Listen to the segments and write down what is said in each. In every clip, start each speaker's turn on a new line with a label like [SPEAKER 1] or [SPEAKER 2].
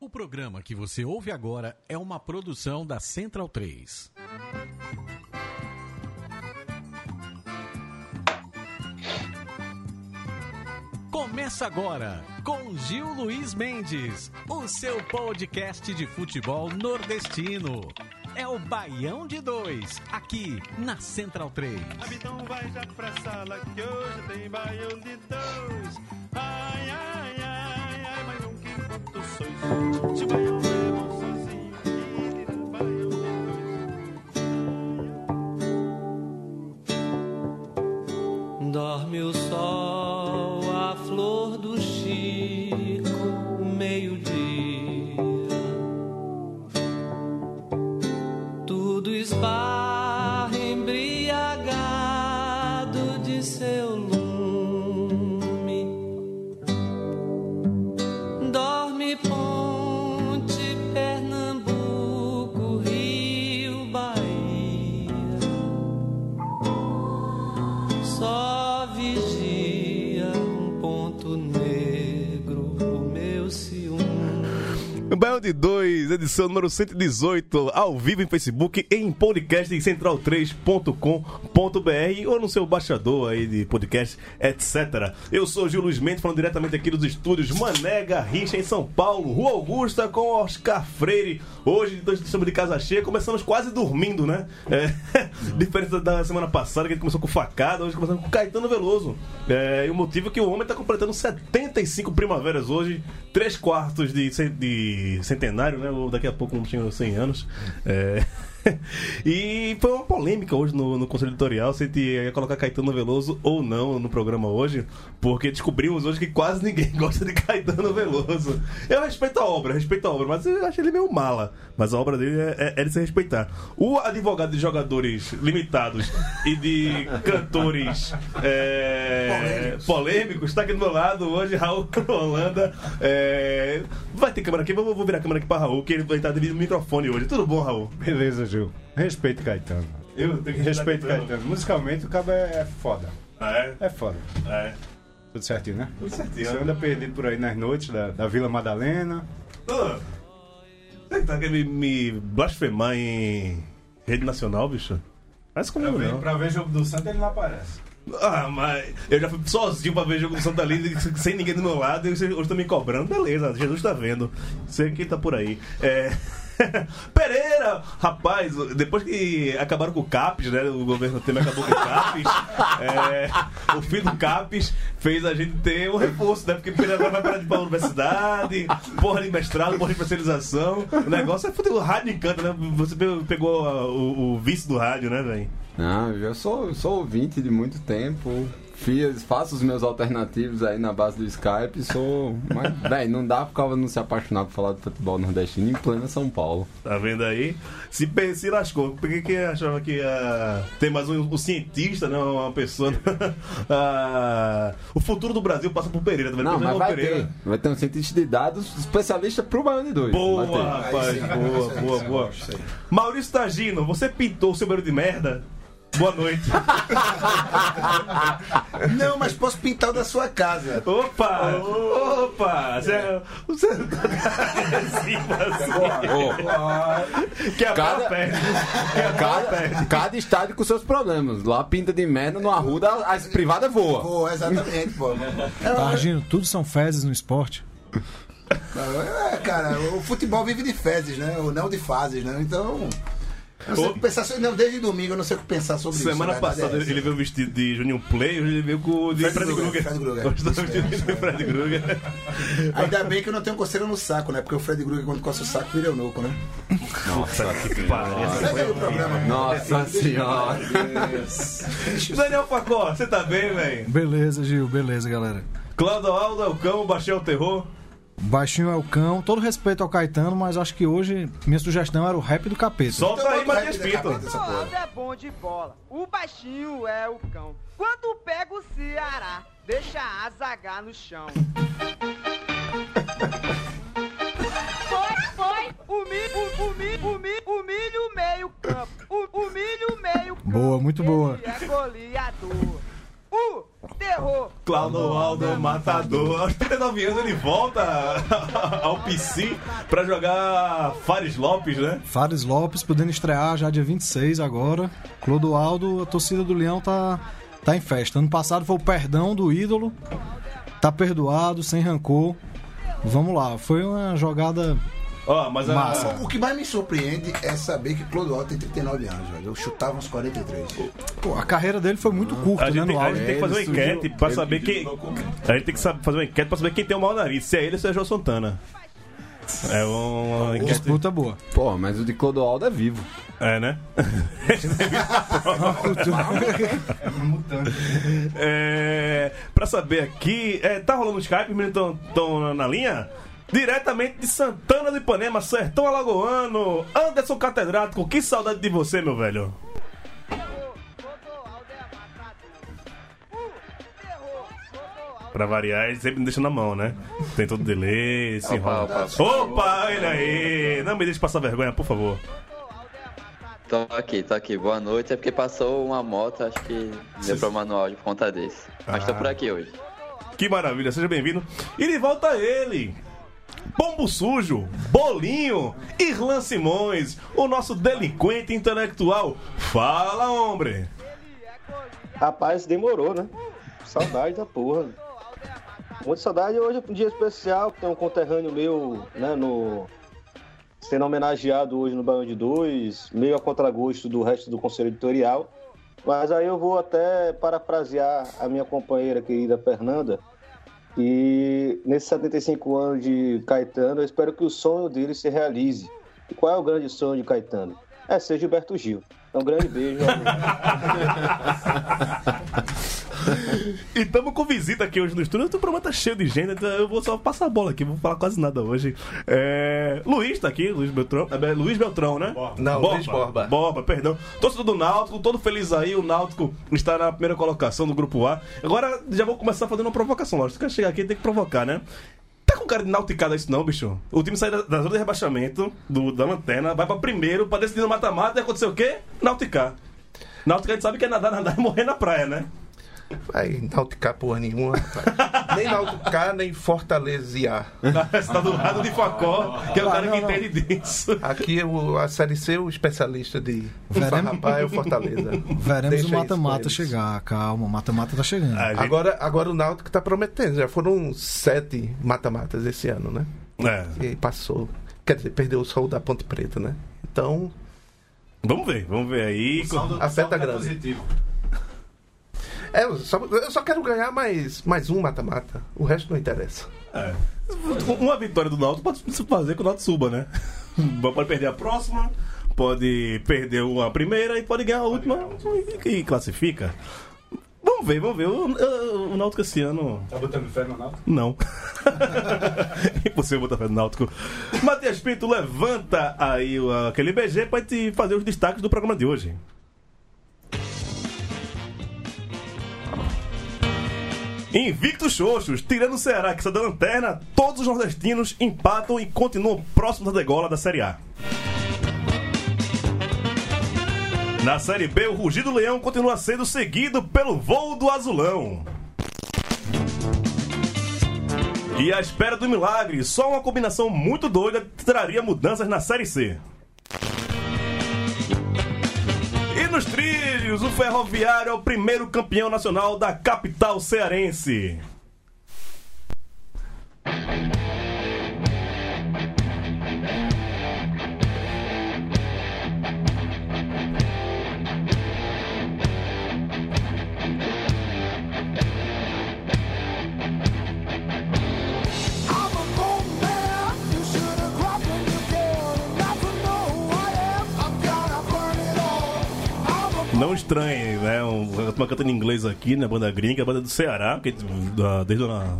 [SPEAKER 1] O programa que você ouve agora é uma produção da Central 3. Começa agora com Gil Luiz Mendes, o seu podcast de futebol nordestino. É o Baião de Dois, aqui na Central 3.
[SPEAKER 2] Abidão Então vai já pra sala que hoje tem baião de dois. Ai, ai, ai, ai, mas não que quanto sois. Se o baião é bom sozinho, tire do baião de
[SPEAKER 3] Dorme o sol, a flor do Chico, meio-dia. Tudo esbarra embriagado de seu lume. Dorme Ponte, Pernambuco, Rio, Bahia só vigia um ponto negro o meu ciúme.
[SPEAKER 4] Baião Um de 2, edição número 118, ao vivo em Facebook e em podcast em central3.com.br ou no seu baixador aí de podcast, etc. Eu sou Gil Luiz Mendes, falando diretamente aqui dos estúdios Mané Garrincha, em São Paulo, Rua Augusta, com Oscar Freire. Hoje nós estamos de casa cheia, começamos quase dormindo, né? É, diferente da semana passada, que a gente começou com facada, hoje começamos com Caetano Veloso. É, e o motivo é que o homem está completando 75 primaveras hoje, três quartos de, cen- de centenário, né? Ou daqui a pouco vamos chegar aos 100 anos. É. E foi uma polêmica hoje no, no Conselho Editorial se te ia colocar Caetano Veloso ou não no programa hoje, porque descobrimos hoje que quase ninguém gosta de Caetano Veloso. Eu respeito a obra, respeito a obra, mas eu acho ele meio mala. Mas a obra dele é, é- é de se respeitar. O advogado de jogadores limitados e de cantores é, polêmicos está aqui do meu lado hoje, Raul Crolanda. É, vai ter câmera aqui, vou, vou virar a câmera aqui para Raul, que ele vai estar devido ao microfone hoje. Tudo bom, Raul?
[SPEAKER 5] Beleza, Gil. Respeito Caetano.
[SPEAKER 4] Eu tenho que
[SPEAKER 5] Respeito
[SPEAKER 4] respeitar
[SPEAKER 5] Caetano. Musicalmente o cabo é, é foda.
[SPEAKER 4] Ah, é?
[SPEAKER 5] É foda.
[SPEAKER 4] É.
[SPEAKER 5] Tudo certinho, né?
[SPEAKER 4] Tudo certinho.
[SPEAKER 5] Você anda perdido por aí nas noites da, da Vila Madalena.
[SPEAKER 4] Ah, Você tá querendo me, me blasfemar em rede nacional, bicho? Faz comigo, não.
[SPEAKER 5] ver jogo do Santos ele não aparece.
[SPEAKER 4] Ah, mas eu já fui sozinho pra ver jogo do Santa Lina sem ninguém do meu lado e vocês hoje estão me cobrando. Beleza, Jesus tá vendo. Sei que tá por aí. É. Pereira! Rapaz, depois que acabaram com o CAPES, né? O governo Temer acabou com o CAPES. é, o fim do CAPES fez a gente ter um reforço, né? Porque Pereira agora vai parar de ir pra universidade, porra de mestrado, porra de especialização. O negócio é foder o rádio encanta, né? Você pe- pegou ah, o, o vice do rádio, né, velho?
[SPEAKER 6] Não, eu sou, sou ouvinte de muito tempo. Fiz, faço os meus alternativos aí na base do Skype. Sou. Mas, véi, não dá pro cara não se apaixonar por falar de futebol nordestino em plena São Paulo.
[SPEAKER 4] Tá vendo aí? Se, pe- se lascou. Por que, que achava que ia ter mais um, um cientista, né? Uma pessoa. Ah, o futuro do Brasil passa por Pereira, tá vendo?
[SPEAKER 6] Não,
[SPEAKER 4] Pelo
[SPEAKER 6] mas
[SPEAKER 4] menos
[SPEAKER 6] vai
[SPEAKER 4] Pereira.
[SPEAKER 6] ter. Vai ter um cientista de dados especialista pro Baiano de dois.
[SPEAKER 4] Boa,
[SPEAKER 6] Vai ter.
[SPEAKER 4] rapaz. Boa, boa, boa. Maurício Tagino, você pintou o seu banheiro de merda? Boa noite.
[SPEAKER 7] Não, mas posso pintar o da sua casa.
[SPEAKER 4] Opa! Opa! Você, você tá agressivo assim. Que a
[SPEAKER 6] Cara-
[SPEAKER 4] pau perde. Que a pau perde.
[SPEAKER 6] Cada, cada estádio com seus problemas. Lá pinta de merda, no Arruda as privadas voam.
[SPEAKER 7] Pô, exatamente, pô.
[SPEAKER 8] Tá, Gino, tudo são fezes no esporte.
[SPEAKER 7] É, cara, o futebol vive de fezes, né? Ou não de fases, né? Então. Eu não sei o que pensar sobre. Não, desde domingo eu não sei o que pensar sobre
[SPEAKER 4] Semana
[SPEAKER 7] isso. né? é
[SPEAKER 4] passada ele veio vestido de Juninho Play, hoje ele veio com o de
[SPEAKER 7] Fred
[SPEAKER 4] Fred
[SPEAKER 7] Krueger,
[SPEAKER 4] Krueger.
[SPEAKER 7] Fred Krueger.
[SPEAKER 4] Hoje tá vestido de Fred Krueger.
[SPEAKER 7] Ainda bem que eu não tenho coceira no saco, né? Porque o Fred Krueger, quando coça o saco, vira eunuco, né? é.
[SPEAKER 4] é
[SPEAKER 7] Segue aí o programa.
[SPEAKER 6] Nossa senhora.
[SPEAKER 4] Daniel Facó, você tá bem, velho?
[SPEAKER 8] Beleza, Gil, beleza, galera.
[SPEAKER 4] Cláudio Aldo, é o cão, baixei o terror.
[SPEAKER 8] Baixinho é o cão, todo respeito ao Caetano, mas acho que hoje minha sugestão era o rap do capeta.
[SPEAKER 4] Solta
[SPEAKER 7] Então
[SPEAKER 4] aí,
[SPEAKER 7] bota o
[SPEAKER 4] Matias
[SPEAKER 7] rap da
[SPEAKER 4] Pinto.
[SPEAKER 7] capeta, essa porra.
[SPEAKER 9] Holanda é bom de bola, o baixinho é o cão. Quando pega o Ceará, deixa a zaga no chão. Foi, foi, humilha, humilha, humilha, humilha o meio campo, Hu- humilha o meio campo.
[SPEAKER 8] Boa, muito boa.
[SPEAKER 9] Ele é goleador. O terror
[SPEAKER 4] Claudoaldo é matador. Aos 39 anos ele volta ao PC pra jogar Fares Lopes, né?
[SPEAKER 8] Fares Lopes podendo estrear já dia 26 agora. Clodoaldo, a torcida do Leão tá, tá em festa. Ano passado foi o perdão do ídolo. Tá perdoado, sem rancor. Vamos lá, foi uma jogada.
[SPEAKER 4] Ó, mas a-
[SPEAKER 8] Massa.
[SPEAKER 7] O que mais me surpreende é saber que Clodoaldo tem 39 anos, velho. Eu chutava uns 43.
[SPEAKER 8] Pô, a carreira dele foi muito curta,
[SPEAKER 4] A
[SPEAKER 8] né?
[SPEAKER 4] gente, tem,
[SPEAKER 8] No
[SPEAKER 4] a
[SPEAKER 8] auge.
[SPEAKER 4] gente tem que fazer uma
[SPEAKER 7] É
[SPEAKER 6] Ele surgiu-
[SPEAKER 4] enquete pra
[SPEAKER 6] ele
[SPEAKER 4] saber
[SPEAKER 6] pediu
[SPEAKER 4] quem.
[SPEAKER 8] um
[SPEAKER 6] documento.
[SPEAKER 4] A gente tem que saber- fazer uma enquete pra saber quem tem o maior nariz, se é ele ou se é João Santana. É uma enquete.
[SPEAKER 8] Disputa boa.
[SPEAKER 6] Porra, mas o de Clodoaldo é vivo.
[SPEAKER 4] É, né?
[SPEAKER 5] É um mutante.
[SPEAKER 4] É, pra saber aqui. É, tá rolando o Skype, os meninos estão na linha? Diretamente de Santana do Ipanema, Sertão Alagoano, Anderson Catedrático, que saudade de você, meu velho. Pra variar, ele sempre me deixa na mão, né? Tem todo delay, se enrola. Opa, olha aí! Não me deixe passar vergonha, por favor.
[SPEAKER 10] Tô aqui, tô aqui. Boa noite. É porque passou uma moto, acho que deu pra manual de conta desse. Mas tô por aqui hoje.
[SPEAKER 4] Que maravilha, seja bem-vindo. E de volta ele. Pombo Sujo, Bolinho, Irlan Simões, o nosso delinquente intelectual. Fala, homem!
[SPEAKER 11] Rapaz, demorou, né? Saudade da porra. Muita saudade. Hoje é um dia especial, tem um conterrâneo meu, né, no... Sendo homenageado hoje no Baião de Dois, meio a contragosto do resto do conselho editorial. Mas aí eu vou até parafrasear a minha companheira querida Fernanda. E nesses 75 anos de Caetano, eu espero que o sonho dele se realize. E qual é o grande sonho de Caetano? É ser Gilberto Gil. Então, um grande beijo.
[SPEAKER 4] E tamo com visita aqui hoje no estúdio. O programa tá cheio de gente, então eu vou só passar a bola aqui, não vou falar quase nada hoje. É, Luiz tá aqui, Luiz Beltrão. é, Luiz Beltrão, né?
[SPEAKER 10] Não, Luiz Borba.
[SPEAKER 4] Borba, perdão. Torcedor do Náutico, todo feliz aí. O Náutico está na primeira colocação do grupo A. Agora já vou começar fazendo uma provocação, lógico. Se quer chegar aqui, tem que provocar, né? Tá com cara de nauticada isso não, bicho? O time sai da, da zona de rebaixamento, do- da lanterna, vai pra primeiro, pra decidir no mata-mata, e aconteceu o quê? Nauticar. Náutico a gente sabe que é nadar, nadar e morrer na praia, né?
[SPEAKER 10] Aí, Náutica porra nenhuma. rapaz. nem Náutica, nem Fortaleza.
[SPEAKER 4] Você tá do lado de
[SPEAKER 8] Ah,
[SPEAKER 4] Facó, que é o cara que entende disso.
[SPEAKER 10] Aqui o, a Série C é o especialista de farrapar é o Fortaleza.
[SPEAKER 8] Veremos
[SPEAKER 10] Deixa isso
[SPEAKER 8] o
[SPEAKER 10] com
[SPEAKER 8] mata-mata
[SPEAKER 10] eles.
[SPEAKER 8] chegar, calma, o mata-mata tá chegando.
[SPEAKER 4] A gente-
[SPEAKER 10] Agora, agora o Náutico tá prometendo. Já foram sete mata-matas esse ano, né?
[SPEAKER 4] É,
[SPEAKER 10] E passou. Quer dizer, perdeu o sol da Ponte Preta, né? Então,
[SPEAKER 4] vamos ver, vamos ver aí.
[SPEAKER 10] a fé tá grande.
[SPEAKER 5] Positivo.
[SPEAKER 10] É, eu só, eu só quero ganhar mais, mais um mata-mata. O resto não interessa.
[SPEAKER 4] É. Uma vitória do Náutico pode fazer com o Náutico suba, né? Pode perder a próxima, pode perder a primeira e pode ganhar a última e, e classifica. Vamos ver, vamos ver. O, o, o Náutico esse ano
[SPEAKER 5] Tá botando fé no Náutico?
[SPEAKER 4] Não. Impossível botar fé no Náutico. Matias Pinto, levanta aí o- aquele BG pra te fazer os destaques do programa de hoje. Invictos Xoxos, tirando o Ceará que está da lanterna, todos os nordestinos empatam e continuam próximos da degola da Série A. Na Série B, o rugido leão continua sendo seguido pelo voo do azulão. E à espera do milagre, só uma combinação muito doida traria mudanças na Série C. E nos trilhos, o Ferroviário é o primeiro campeão nacional da capital cearense. Não estranhe, né? Um- Uma cantando em inglês aqui, né? Banda gringa, banda do Ceará, porque, da- desde a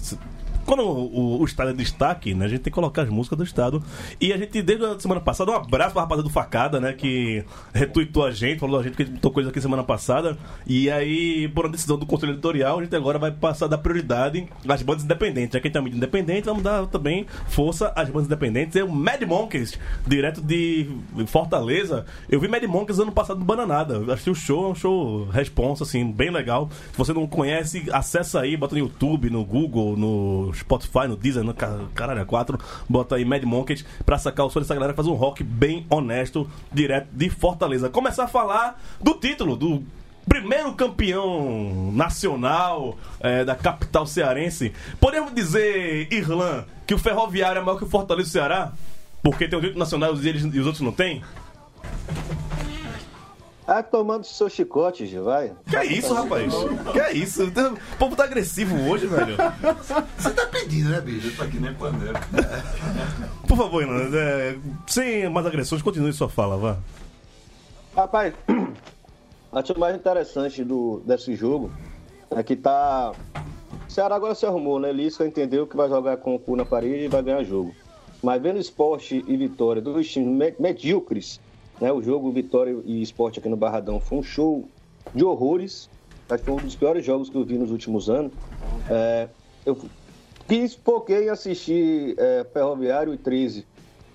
[SPEAKER 4] quando o, o estado é destaque, né? A gente tem que colocar as músicas do estado. E a gente, desde a semana passada, um abraço pra rapaziada do Facada, né? Que retuitou a gente, falou a gente que tocou isso aqui semana passada. E aí, por uma decisão do conselho editorial, a gente agora vai passar a dar prioridade às bandas independentes. Já que a gente é uma mídia independente, vamos dar também força às bandas independentes. É o Mad Monkeys, direto de Fortaleza. Eu vi Mad Monkeys ano passado no Bananada. Eu Achei o show, é um show responsa, assim, bem legal. Se você não conhece, acessa aí, bota no YouTube, no Google, no Spotify, no Deezer, no ca- Caralho 4. Bota aí Mad Monkeys pra sacar o som dessa galera. que Faz um rock bem honesto, direto de Fortaleza. Começar a falar do título, do primeiro campeão nacional eh, da capital cearense. Podemos dizer, Irlan, que o Ferroviário é maior que o Fortaleza do Ceará? Porque tem um título nacional e eles- e os outros não têm?
[SPEAKER 11] Ah, tomando seu chicote, Gil, vai.
[SPEAKER 4] Que é isso, rapaz? Que é isso? O povo tá agressivo hoje, velho.
[SPEAKER 7] Você tá pedindo, né, bicho?
[SPEAKER 5] Eu tô aqui nem pandeiro.
[SPEAKER 4] Por favor, Irlan, eh, sem mais agressões, continue sua fala, vá.
[SPEAKER 11] Rapaz, a coisa mais interessante do, desse jogo é que tá. O Ceará agora se arrumou, né? Lisca entendeu que vai jogar com o cu na parede e vai ganhar jogo. Mas vendo esporte e vitória dos times me- medíocres, né? O jogo Vitória e Esporte aqui no Barradão foi um show de horrores. Acho que foi um dos piores jogos que eu vi nos últimos anos. É, eu quis foquei em assistir é, Ferroviário e 13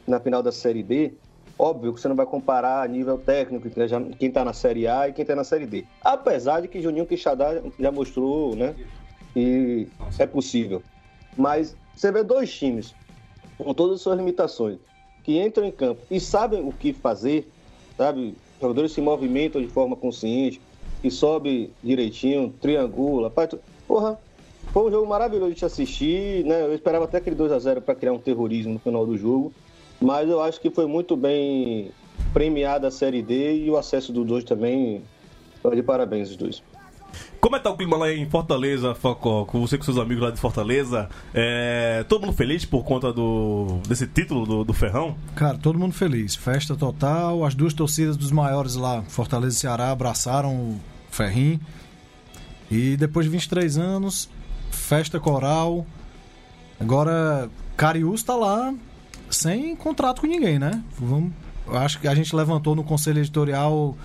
[SPEAKER 11] na final da Série D. Óbvio que você não vai comparar a nível técnico né, já- quem tá na Série A e quem tá na Série D. Apesar de que Juninho Quixadá já mostrou, né? E é possível. Mas você vê dois times com todas as suas limitações, que entram em campo e sabem o que fazer, sabe? Os jogadores se movimentam de forma consciente, que sobe direitinho, triangula, faz tu- Porra, foi um jogo maravilhoso de te assistir, né? Eu esperava até aquele 2x0 para criar um terrorismo no final do jogo, mas eu acho que foi muito bem premiada a Série D e o acesso dos dois também. Tá De parabéns os dois.
[SPEAKER 4] Como é que tá o clima lá em Fortaleza, Facó? Com você e com seus amigos lá de Fortaleza? É, todo mundo feliz por conta do, desse título do, do Ferrão?
[SPEAKER 8] Cara, todo mundo feliz. Festa total. As duas torcidas dos maiores lá, Fortaleza e Ceará, abraçaram o Ferrim. E depois de 23 anos, festa coral. Agora, Cariús tá lá sem contrato com ninguém, né? Vamos, eu acho que a gente levantou no conselho editorial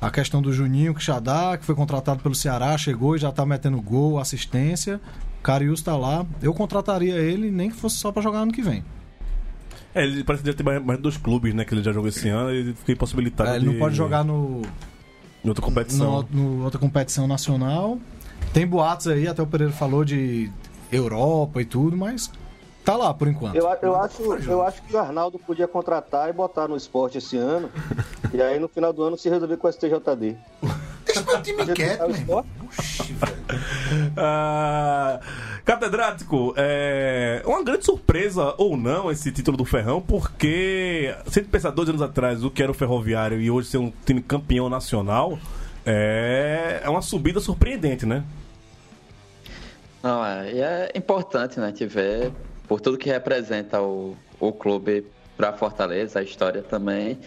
[SPEAKER 8] a questão do Juninho Quixadá, que foi contratado pelo Ceará, chegou e já tá metendo gol, assistência. Cariús tá lá. Eu contrataria ele, nem que fosse só pra jogar ano que vem.
[SPEAKER 4] É, ele parece que já tem mais, mais dois clubes, né? Que ele já jogou esse ano e fica impossibilitado.
[SPEAKER 8] É, ele não
[SPEAKER 4] de-
[SPEAKER 8] pode jogar no,
[SPEAKER 4] em outra
[SPEAKER 8] no,
[SPEAKER 4] competição.
[SPEAKER 8] no outra competição nacional. Tem boatos aí, até o Pereira falou de Europa e tudo, mas tá lá por enquanto.
[SPEAKER 11] Eu, a- eu, acho, eu acho que o Arnaldo podia contratar e botar no esporte esse ano. e aí no final do ano se resolver com o STJD.
[SPEAKER 7] Deixa meu time quieto,
[SPEAKER 11] meu
[SPEAKER 4] Ah, catedrático, é uma grande surpresa ou não esse título do Ferrão, porque se a gente pensar dois anos atrás o que era o Ferroviário e hoje ser um time campeão nacional, é, é uma subida surpreendente, né?
[SPEAKER 10] Não, é, e é importante, né, te ver por tudo que representa o, o clube para Fortaleza, a história também,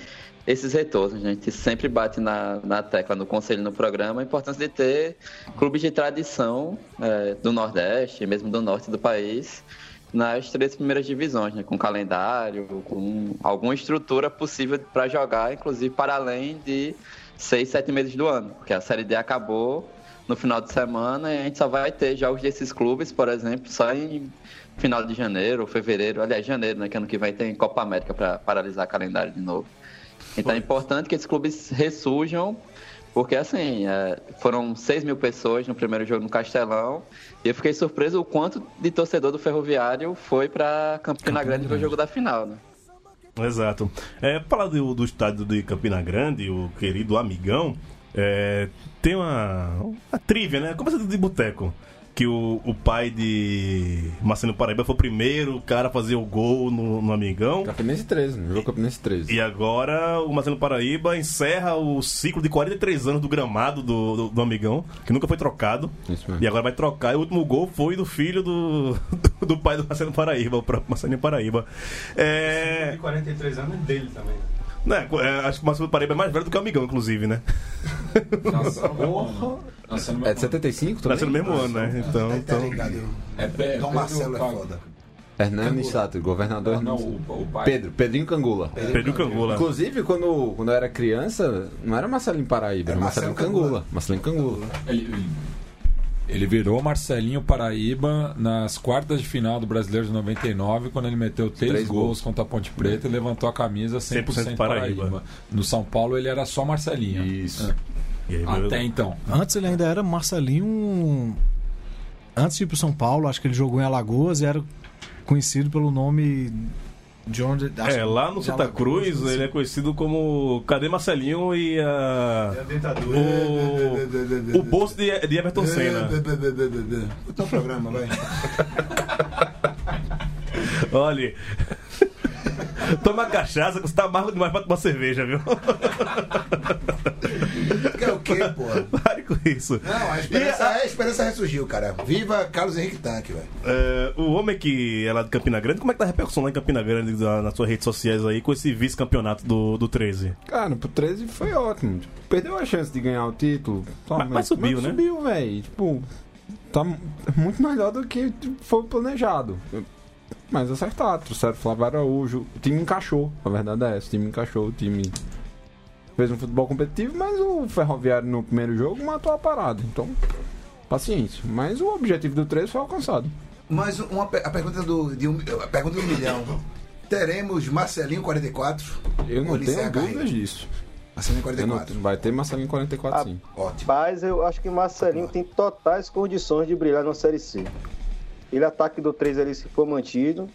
[SPEAKER 10] esses retornos. né, A gente sempre bate na, na tecla no conselho, no programa, a importância de ter clubes de tradição é, do Nordeste, mesmo do Norte do país, nas três primeiras divisões, né, com calendário, com alguma estrutura possível para jogar, inclusive para além de seis, sete meses do ano, porque a Série D acabou no final de semana e a gente só vai ter jogos desses clubes, por exemplo, só em final de janeiro ou fevereiro. Aliás, janeiro, né? Que ano que vem tem Copa América para paralisar o calendário de novo. Então é importante que esses clubes ressurjam, porque assim, é, foram 6 mil pessoas no primeiro jogo no Castelão e eu fiquei surpreso o quanto de torcedor do Ferroviário foi para Campina Grande ver o jogo da final, né?
[SPEAKER 4] Exato. É, falar do, do estádio de Campina Grande, o querido amigão, é, tem uma, uma trivia, né? Conversa de boteco. Que o, o pai de Marcelo Paraíba foi o primeiro cara a fazer o gol no, no amigão.
[SPEAKER 6] Campinense 13, né? Jogou Campinense 13.
[SPEAKER 4] E agora o Marcelo Paraíba encerra o ciclo de 43 anos do gramado do, do, do amigão, que nunca foi trocado.
[SPEAKER 6] Isso mesmo.
[SPEAKER 4] E agora vai trocar. E o último gol foi do filho do, do, pai do Marcelo Paraíba, o próprio Marcelo Paraíba. É...
[SPEAKER 5] De 43 anos é dele também. né?
[SPEAKER 4] Né, é, acho que o Marcelo Paraíba é mais velho do que o Amigão, inclusive, né?
[SPEAKER 5] Nossa, porra.
[SPEAKER 6] Nasceu É de 75 também?
[SPEAKER 4] Nasceu no mesmo ano, né?
[SPEAKER 12] tá
[SPEAKER 4] Então. então...
[SPEAKER 6] É Pedro-
[SPEAKER 7] Tá Dom Marcelo é
[SPEAKER 6] Pedro-
[SPEAKER 7] foda.
[SPEAKER 6] Hernani Sato, governador.
[SPEAKER 7] Não, não, o- o pai.
[SPEAKER 6] Pedro, Pedrinho Cangula.
[SPEAKER 7] Pedrinho Cangula.
[SPEAKER 6] Inclusive, quando, quando eu era criança, não era Marcelinho Paraíba, era
[SPEAKER 12] É Marcelo
[SPEAKER 6] Marcelinho Cangula. Marcelinho Cangula.
[SPEAKER 12] Ele, ele- ele virou Marcelinho Paraíba nas quartas de final do Brasileiro de 99, quando ele meteu três,
[SPEAKER 6] Três
[SPEAKER 12] gols,
[SPEAKER 6] gols.
[SPEAKER 12] contra a Ponte Preta e levantou a camisa 100%, Paraíba.
[SPEAKER 4] 100% Paraíba.
[SPEAKER 12] No São Paulo ele era só Marcelinho. Isso. Até então.
[SPEAKER 8] Antes ele ainda era Marcelinho. Antes de ir pro São Paulo, acho que ele jogou em Alagoas e era conhecido pelo nome de onde. acho
[SPEAKER 4] É,
[SPEAKER 8] que
[SPEAKER 4] lá no
[SPEAKER 8] de
[SPEAKER 4] Santa
[SPEAKER 8] Alagoas,
[SPEAKER 4] Cruz
[SPEAKER 8] assim.
[SPEAKER 4] ele é conhecido como Cadê Marcelinho e a. O, o bolso de, de Everton Senna.
[SPEAKER 7] Tá O teu programa, vai.
[SPEAKER 4] Olha. Toma cachaça que você tá amargo demais pra tomar cerveja, viu?
[SPEAKER 7] Quer é o quê, pô?
[SPEAKER 4] Pare com isso.
[SPEAKER 7] Não, a esperança, a esperança ressurgiu, cara. Viva Carlos Henrique Tanque, velho.
[SPEAKER 4] É, o homem que é lá de Campina Grande, como é que tá a repercussão lá em Campina Grande na- nas suas redes sociais aí com esse vice-campeonato do, do 13?
[SPEAKER 6] Cara, pro 13 foi ótimo. Tipo, perdeu a chance de ganhar o título.
[SPEAKER 4] Mas- mas subiu, né?
[SPEAKER 6] Subiu, velho. Tipo, tá mu- muito melhor do que foi planejado. Mas acertaram, trouxeram o Flávio Araújo. O time encaixou, a verdade é essa. O time encaixou, o time fez um futebol competitivo, mas o Ferroviário no primeiro jogo matou a parada. Então, paciência. Mas o objetivo do 13 foi alcançado.
[SPEAKER 7] Mas uma, pe- a, pergunta do, de um, a pergunta do milhão. Teremos Marcelinho 44?
[SPEAKER 6] Eu não
[SPEAKER 7] Ou ele encerra
[SPEAKER 6] tenho
[SPEAKER 7] a carreira?
[SPEAKER 6] dúvidas disso.
[SPEAKER 7] Marcelinho
[SPEAKER 6] 44. vai ter Marcelinho
[SPEAKER 7] Ah,
[SPEAKER 6] 44, sim.
[SPEAKER 11] Mas eu acho que Marcelinho tem totais condições de brilhar na Série C. Ele ataque do 3 ali se for mantido.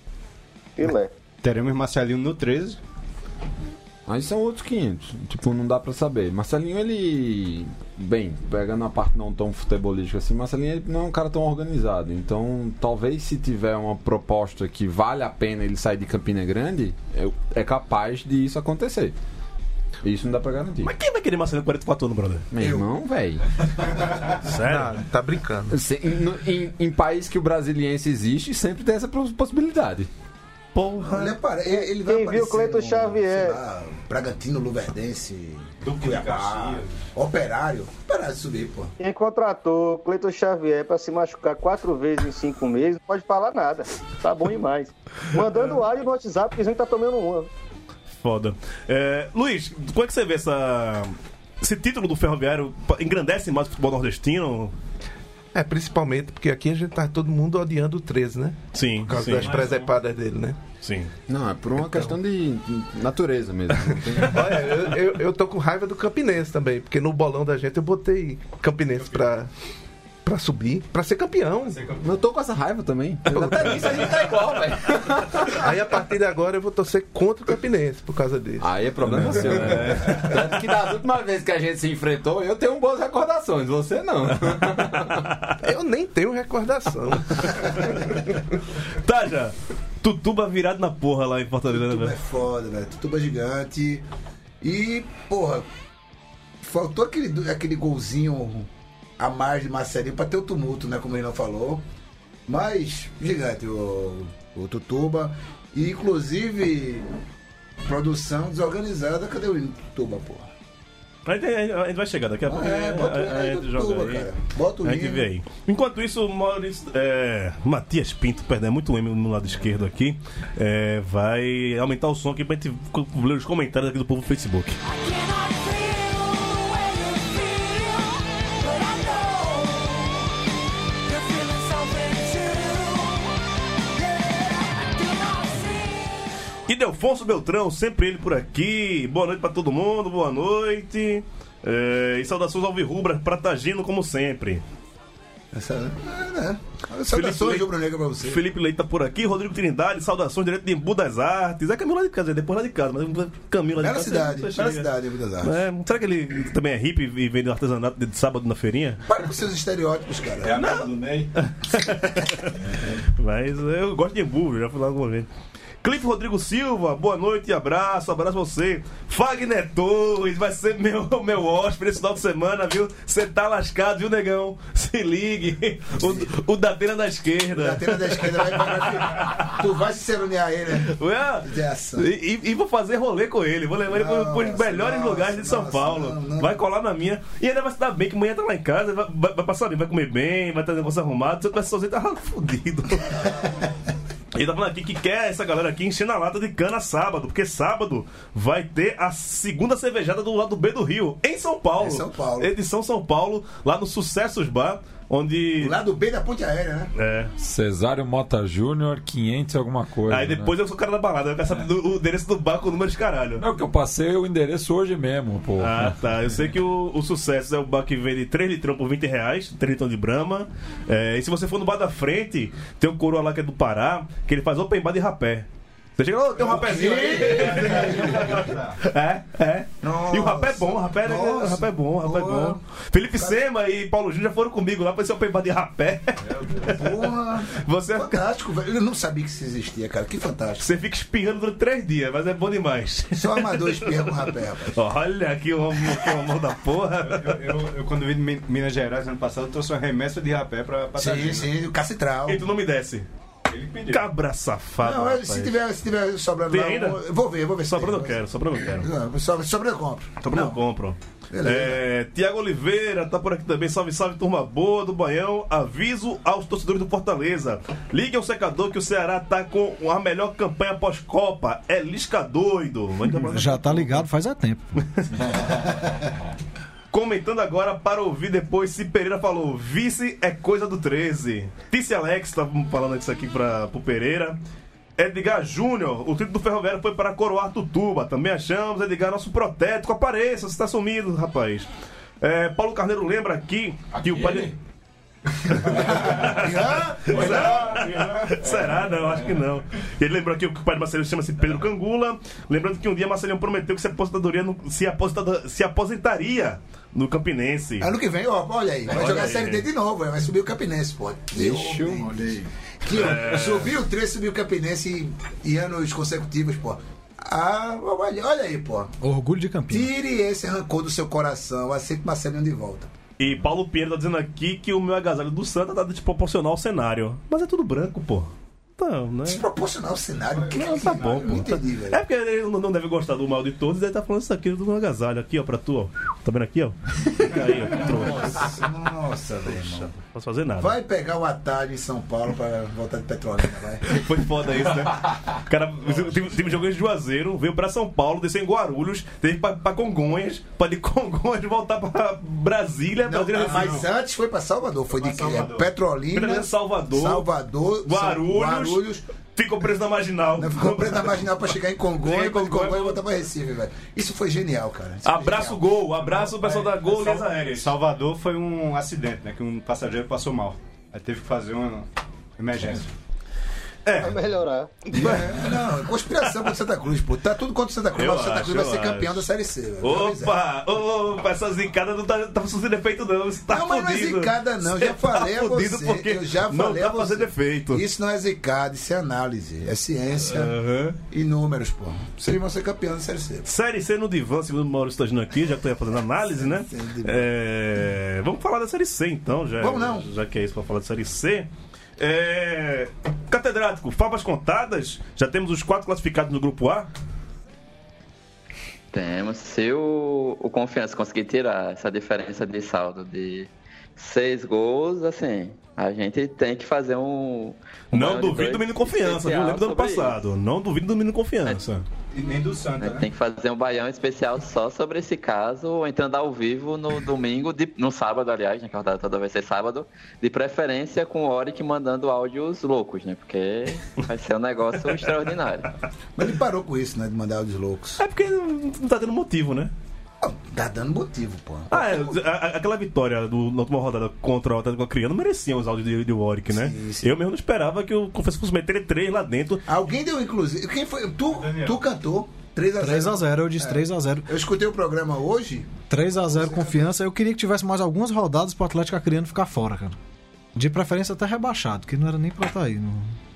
[SPEAKER 11] Filé.
[SPEAKER 12] Teremos Marcelinho no 13.
[SPEAKER 6] Aí são outros 500. Tipo, não dá pra saber. Marcelinho, ele. Bem, pegando a parte não tão futebolística assim, Marcelinho ele não é um cara tão organizado. Então, talvez se tiver uma proposta que vale a pena ele sair de Campina Grande, eu- é capaz de isso acontecer. Isso não dá pra garantir. Mas
[SPEAKER 4] quem vai querer Marcelinho 44 anos, brother?
[SPEAKER 6] Meu irmão, velho.
[SPEAKER 4] Sério?
[SPEAKER 13] tá brincando.
[SPEAKER 6] Se- em, no- em- em país que o brasiliense existe, sempre tem essa pos- possibilidade.
[SPEAKER 4] Porra.
[SPEAKER 7] Ele, apare... ele vai
[SPEAKER 11] Quem viu o Cleiton
[SPEAKER 7] aparecer no,
[SPEAKER 11] Xavier?
[SPEAKER 7] sei lá, Bragantino, Luverdense, Cuiabá, Operário. Operário subir, pô.
[SPEAKER 11] Quem contratou Cleiton Xavier pra se machucar quatro vezes em cinco meses, não pode falar nada. Tá bom demais. Mandando áudio no WhatsApp dizendo que tá tomando uma.
[SPEAKER 4] Foda. É, Luiz, como é que você vê essa. Esse título do Ferroviário pa- engrandece mais o futebol nordestino?
[SPEAKER 13] É, principalmente porque aqui a gente tá todo mundo odiando o 13, né?
[SPEAKER 4] Sim.
[SPEAKER 13] Por causa
[SPEAKER 4] sim.
[SPEAKER 13] das presepadas dele, né?
[SPEAKER 4] Sim.
[SPEAKER 6] Não, é por uma questão de natureza mesmo. Não tem-
[SPEAKER 13] Então, Olha, eu, eu, eu tô com raiva do Campinense também, porque no bolão da gente eu botei Campinense pra, pra subir, pra ser campeão.
[SPEAKER 6] Eu tô com essa raiva também. Até isso a gente tá igual, velho.
[SPEAKER 13] Aí a partir de agora eu vou torcer contra o Campinense por causa disso.
[SPEAKER 6] Aí é problema seu,
[SPEAKER 4] É.
[SPEAKER 6] né? Tanto que das últimas vezes que a gente se enfrentou, eu tenho boas recordações, você não.
[SPEAKER 13] Eu nem tenho recordação.
[SPEAKER 4] Tá já. Tutuba virado na porra lá em Fortaleza, né,
[SPEAKER 7] Tutuba é
[SPEAKER 4] velho?
[SPEAKER 7] foda, velho. Tutuba é gigante. E, porra, faltou aquele, aquele golzinho a mais de Marcelinho pra ter o tumulto, né? Como ele não falou. Mas, gigante o, o Tutuba. E, inclusive, produção desorganizada. Cadê o hino do Tutuba, porra?
[SPEAKER 4] A gente, a gente vai chegar daqui a pouco.
[SPEAKER 7] é, bota o hino
[SPEAKER 4] a,
[SPEAKER 7] aí
[SPEAKER 4] a
[SPEAKER 7] do
[SPEAKER 4] gente joga
[SPEAKER 7] Tutuba,
[SPEAKER 4] aí.
[SPEAKER 7] cara. Bota o
[SPEAKER 4] a gente
[SPEAKER 7] hino.
[SPEAKER 4] vê aí. Enquanto isso, o Maurício, é, Matias Pinto, perdão, é muito M no lado esquerdo aqui, é, vai aumentar o som aqui pra gente co- ler os comentários aqui do povo do Facebook. E Delfonso Beltrão, sempre ele por aqui. Boa noite pra todo mundo, boa noite. É, e saudações ao Virrubra, pra Tagino, como sempre.
[SPEAKER 7] Essa, é, né? Saudações, Rubro Negra, pra você.
[SPEAKER 4] Felipe Leite tá por aqui, Rodrigo Trindade, saudações direto de Embu das Artes. É caminho lá de casa, é depois lá de casa, mas caminho lá de
[SPEAKER 7] Bela
[SPEAKER 4] casa.
[SPEAKER 7] É cidade,
[SPEAKER 4] você chega.
[SPEAKER 7] bela cidade, Embu das Artes.
[SPEAKER 4] É, será que ele também é hippie e vende artesanato de sábado na feirinha?
[SPEAKER 7] Para com seus estereótipos, cara.
[SPEAKER 5] É a merda do Ney.
[SPEAKER 4] Mas eu gosto de Embu, já fui lá alguma vez. Cliff Rodrigo Silva, boa noite e abraço, abraço a você. Fagner Torres, vai ser meu, meu hóspede esse final de semana, viu? Você tá lascado, viu, negão? Se ligue. O, o da pena da esquerda. O da
[SPEAKER 7] pena da esquerda vai, vai, Tu vai se seronear ele, né? Dessa.
[SPEAKER 4] E, e- e vou fazer rolê com ele. Vou levar ele para os melhores lugares de São Paulo. Vai colar na minha. E ainda vai se dar bem, que amanhã tá lá em casa, vai, vai, vai passar ali, vai comer bem, vai ter um negócio arrumado. Se eu tivesse sozinho, tava fudido. Ele tá falando aqui que quer essa galera aqui enchendo a lata de cana sábado, porque sábado vai ter a segunda cervejada do lado B do Rio, em São Paulo.
[SPEAKER 7] Em São Paulo.
[SPEAKER 4] Edição São Paulo, lá no Sucessos Bar, onde.
[SPEAKER 7] Lado B da ponte aérea, né?
[SPEAKER 4] É.
[SPEAKER 12] Cesário Mota Júnior, 500 e alguma coisa. né?
[SPEAKER 4] Aí depois eu sou o cara da balada, eu quero saber do- o endereço do bar com o número de caralho.
[SPEAKER 12] É o que eu passei o endereço hoje mesmo, pô.
[SPEAKER 4] Ah, tá. Eu sei que o, o sucesso é o bar que vende 3 litrão por 20 reais, 3 litrão de brama. É, e se você for no bar da frente, tem um coroa lá que é do Pará, que ele faz open bar de rapé. Você chega lá, "Ô, tem um rapézinho aí. É, é. E o rapé é bom, o rapé, né, o rapé é bom, o rapé é bom. Felipe Sema e Paulo Júnior já foram comigo lá pra esse open bar de rapé.
[SPEAKER 7] Porra.
[SPEAKER 4] Você... é um
[SPEAKER 7] Fantástico, velho. Eu não sabia que isso existia, cara. Que fantástico.
[SPEAKER 4] Você fica espirrando durante três dias, mas é bom demais.
[SPEAKER 7] Só amador espirra com rapé, rapaz.
[SPEAKER 4] Olha que homem, que homem da porra.
[SPEAKER 5] Eu, eu- eu, quando vim de Min- Minas Gerais ano passado, eu trouxe uma remessa de rapé pra, pra
[SPEAKER 7] Sim, sim, o cacitral.
[SPEAKER 4] E tu não me desce. Cabra safado.
[SPEAKER 7] Não, é,
[SPEAKER 4] rapaz.
[SPEAKER 7] se tiver, se tiver sobrando
[SPEAKER 4] Tem
[SPEAKER 7] lá,
[SPEAKER 4] ainda?
[SPEAKER 7] eu vou ver, vou ver se
[SPEAKER 4] Sobrando
[SPEAKER 7] tem.
[SPEAKER 4] eu quero, sobrando eu quero.
[SPEAKER 7] Não, so- Sobrando eu compro.
[SPEAKER 4] Sobrando eu compro. É, Tiago Oliveira tá por aqui também. Salve, salve, turma boa do Baião. Aviso aos torcedores do Fortaleza: liguem o secador que o Ceará tá com a melhor campanha pós-Copa. É Lisca doido. Vai dar pra-
[SPEAKER 8] Já tá ligado faz é tempo.
[SPEAKER 4] Comentando agora para ouvir depois se Pereira falou: vice é coisa do 13. Tice Alex tá falando isso aqui para pro Pereira. Edgar Júnior, o título do Ferroviário foi para coroar Tutuba. Também achamos, Edgar, nosso protético. Apareça, você tá sumido, rapaz. É, Paulo Carneiro lembra aqui que o pai. Será? Não, acho que não. Ele lembrou aqui que o pai de Marcelinho chama-se Pedro Cangula. Lembrando que um dia Marcelinho prometeu que se, aposentadoria no- se, aposentado- se aposentaria no Campinense.
[SPEAKER 7] Ano que vem, ó, olha aí, vai
[SPEAKER 4] Olha
[SPEAKER 7] jogar
[SPEAKER 4] aí.
[SPEAKER 7] a Série D de novo, vai subir o Campinense, pô.
[SPEAKER 4] Bicho.
[SPEAKER 7] Olha aí. Que,
[SPEAKER 4] É.
[SPEAKER 7] Subiu o 3, subiu o Campinense em, em anos consecutivos, pô. Ah, olha, olha aí, pô.
[SPEAKER 8] Orgulho de campeão.
[SPEAKER 7] Tire esse rancor do seu coração, aceite Marcelinho de volta.
[SPEAKER 4] E Paulo Pinheiro tá dizendo aqui que o meu agasalho do Santa tá desproporcional ao cenário. Mas é tudo branco, pô. Então, né?
[SPEAKER 7] Desproporcional o cenário. Que
[SPEAKER 4] Não, tá bom, pô.
[SPEAKER 7] Não entendi, velho.
[SPEAKER 4] É porque ele não não deve gostar do mal de todos, ele tá falando isso aqui do meu agasalho. Aqui, ó, pra tu, ó. Tá vendo aqui, ó? Fica aí, ó.
[SPEAKER 7] Nossa, nossa, velho. irmão.
[SPEAKER 4] Não posso fazer nada.
[SPEAKER 7] Vai pegar o atalho em São Paulo pra voltar de Petrolina, vai.
[SPEAKER 4] Foi foda isso, né? O cara teve, teve um jogo em Juazeiro, veio pra São Paulo, desceu em Guarulhos, teve pra, pra Congonhas, pra de Congonhas voltar pra Brasília. Brasília É,
[SPEAKER 7] Não, tá, mas antes foi pra Salvador, foi de
[SPEAKER 4] Salvador.
[SPEAKER 7] Petrolina,
[SPEAKER 4] Petrolina, Salvador,
[SPEAKER 7] Salvador, São-
[SPEAKER 4] Guarulhos,
[SPEAKER 7] Guarulhos Né,
[SPEAKER 4] Ficou preso na marginal.
[SPEAKER 7] Ficou preso na marginal pra chegar em Congonha,
[SPEAKER 4] Cheguei em
[SPEAKER 7] pra de
[SPEAKER 4] Congonha,
[SPEAKER 7] Congonha e voltar pra Recife, velho. Isso foi genial, cara. Isso foi
[SPEAKER 4] Abraço
[SPEAKER 7] genial. é
[SPEAKER 4] gol, abraço o pessoal da Gol Linhas Aéreas.
[SPEAKER 5] Salvador foi um acidente, né? Que um passageiro passou mal. Aí teve que fazer uma emergência.
[SPEAKER 11] Pra melhorar.
[SPEAKER 7] É, Não, conspiração contra Santa Cruz, pô. Tá tudo contra Santa Cruz,
[SPEAKER 4] Eu
[SPEAKER 7] mas o Santa
[SPEAKER 4] acho,
[SPEAKER 7] Cruz vai
[SPEAKER 4] eu
[SPEAKER 7] ser
[SPEAKER 4] acho.
[SPEAKER 7] campeão da Série C, velho. é.
[SPEAKER 4] Opa, opa, essa zicada não tá, tá surgindo efeito não, você tá
[SPEAKER 7] Não, mas não é
[SPEAKER 4] fudido.
[SPEAKER 7] zicada, não.
[SPEAKER 4] Você
[SPEAKER 7] Já falei
[SPEAKER 4] tá
[SPEAKER 7] a
[SPEAKER 4] fudido
[SPEAKER 7] você.
[SPEAKER 4] porque
[SPEAKER 7] Eu já
[SPEAKER 4] não
[SPEAKER 7] falei
[SPEAKER 4] tá
[SPEAKER 7] a você.
[SPEAKER 4] fazendo efeito.
[SPEAKER 7] Isso não é zicada, isso é análise. É ciência e números, pô. Vocês vão ser campeão da Série C.
[SPEAKER 4] Série C no divã, segundo o Maurício Tagino aqui, já que tu ia fazendo análise, né? É, vamos falar da Série C então, já,
[SPEAKER 7] Vamos não.
[SPEAKER 4] já que é isso pra falar da Série C. É, catedrático, favas contadas, já temos os quatro classificados no grupo A.
[SPEAKER 10] Temos. Se o, o Confiança conseguir tirar essa diferença de saldo de seis gols, assim, a gente tem que fazer um. um
[SPEAKER 4] Não
[SPEAKER 10] maior de
[SPEAKER 4] duvido do
[SPEAKER 10] dois
[SPEAKER 4] menino confiança, viu?
[SPEAKER 10] especial
[SPEAKER 4] Lembra do ano
[SPEAKER 10] sobre isso,
[SPEAKER 4] passado. Não duvido do menino confiança.
[SPEAKER 7] É,
[SPEAKER 5] E nem do Santa,
[SPEAKER 10] né?
[SPEAKER 5] né?
[SPEAKER 10] Tem que fazer um baião especial só sobre esse caso, ou entrando ao vivo no domingo, de- no sábado, aliás, né? Que a rodada toda vai ser sábado, de preferência com o Oric mandando áudios loucos, né? Porque vai ser um negócio extraordinário.
[SPEAKER 7] Mas ele parou com isso, né? De mandar os loucos.
[SPEAKER 4] É porque não não tá tendo motivo, né?
[SPEAKER 7] Tá dando motivo, pô.
[SPEAKER 4] Ah, é, a- a- aquela vitória do, na última rodada contra o Atlético Criano mereciam os áudios de, de Warwick, né? Eu mesmo não esperava que o Confesso fosse meter três lá dentro.
[SPEAKER 7] Alguém deu, inclusive. Quem foi? Tu, tu cantou 3x0.
[SPEAKER 8] 3x0, eu disse 3x0.
[SPEAKER 7] É. Eu escutei o programa hoje.
[SPEAKER 8] 3x0 confiança. Eu queria que tivesse mais algumas rodadas pro Atlético Acreano ficar fora, cara. De preferência até rebaixado, que não era nem pra estar tá aí. Não...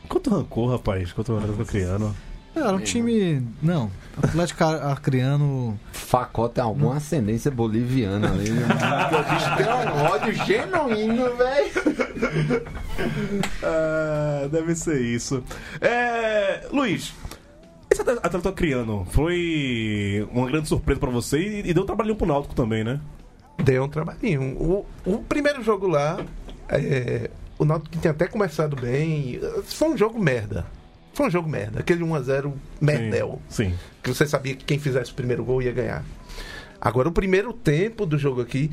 [SPEAKER 4] Quanto rancor, rapaz, contra o Atlético Criano.
[SPEAKER 8] Era um time. Não. Atlético Ar- Arcriano.
[SPEAKER 6] Facota é alguma ascendência boliviana ali. né?
[SPEAKER 8] O bicho tem um ódio
[SPEAKER 6] genuíno, velho.
[SPEAKER 4] Ah, deve ser isso. É, Luiz, esse atleta- atleta tá- criando foi uma grande surpresa pra você e, e deu um trabalhinho pro Náutico também, né?
[SPEAKER 13] Deu um trabalhinho. O, o primeiro jogo lá, é, o Náutico que tinha até começado bem, foi um jogo merda. Foi um jogo merda. Aquele 1x0 merdel.
[SPEAKER 4] Sim.
[SPEAKER 13] Que você sabia que quem fizesse o primeiro gol ia ganhar. Agora, o primeiro tempo do jogo aqui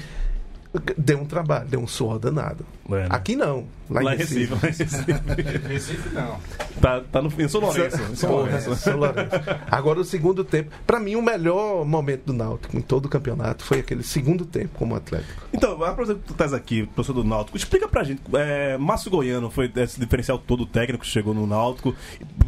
[SPEAKER 13] deu um trabalho, deu um suor danado.
[SPEAKER 4] É, né?
[SPEAKER 13] Aqui não. Lá,
[SPEAKER 4] Lá
[SPEAKER 13] em
[SPEAKER 4] em
[SPEAKER 13] Recife.
[SPEAKER 4] Recife, lá em Recife.
[SPEAKER 5] Recife não.
[SPEAKER 4] Tá, tá no, em São Lourenço. em São
[SPEAKER 13] São
[SPEAKER 4] Lourenço.
[SPEAKER 13] Lourenço, São Lourenço. Agora o segundo tempo. Pra mim, o melhor momento do Náutico em todo o campeonato foi aquele segundo tempo como Atlético.
[SPEAKER 4] Então, aproveitando que tu estás aqui, professor do Náutico, explica pra gente. É, Márcio Goiano foi esse diferencial todo técnico que chegou no Náutico,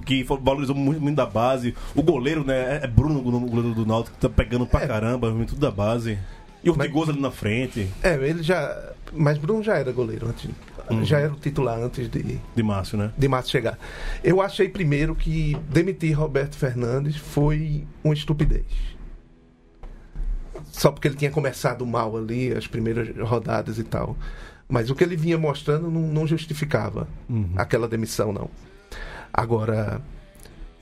[SPEAKER 4] que foi- valorizou muito, muito da base. O goleiro, né? É Bruno, o goleiro do Náutico, que tá pegando pra
[SPEAKER 13] É.
[SPEAKER 4] caramba, muito da base. E o Ortigoso ali na frente,
[SPEAKER 13] É, ele já. Mas Bruno já era goleiro antes. Já era o titular antes de,
[SPEAKER 4] de Márcio, né?
[SPEAKER 13] de Márcio chegar. Eu achei primeiro que demitir Roberto Fernandes foi uma estupidez. Só porque ele tinha começado mal ali, as primeiras rodadas e tal. Mas o que ele vinha mostrando não, não justificava
[SPEAKER 8] Uhum.
[SPEAKER 13] aquela demissão, não. Agora,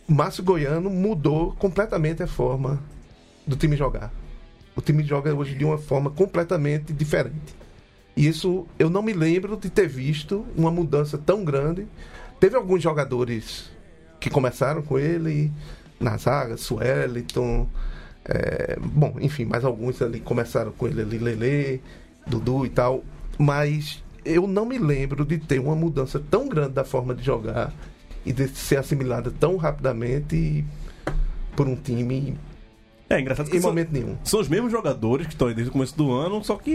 [SPEAKER 13] Márcio Goiano mudou completamente a forma do time jogar. O time joga hoje de uma forma completamente diferente. E isso eu não me lembro de ter visto uma mudança tão grande. Teve alguns jogadores que começaram com ele na zaga, Sueliton, é, bom, enfim, mais alguns ali começaram com ele ali, Lele, Dudu e tal. Mas eu não me lembro de ter uma mudança tão grande da forma de jogar e de ser assimilada tão rapidamente por um time
[SPEAKER 4] É engraçado que
[SPEAKER 13] em
[SPEAKER 4] são-
[SPEAKER 13] momento nenhum.
[SPEAKER 4] São os mesmos jogadores que estão aí desde o começo do ano, só que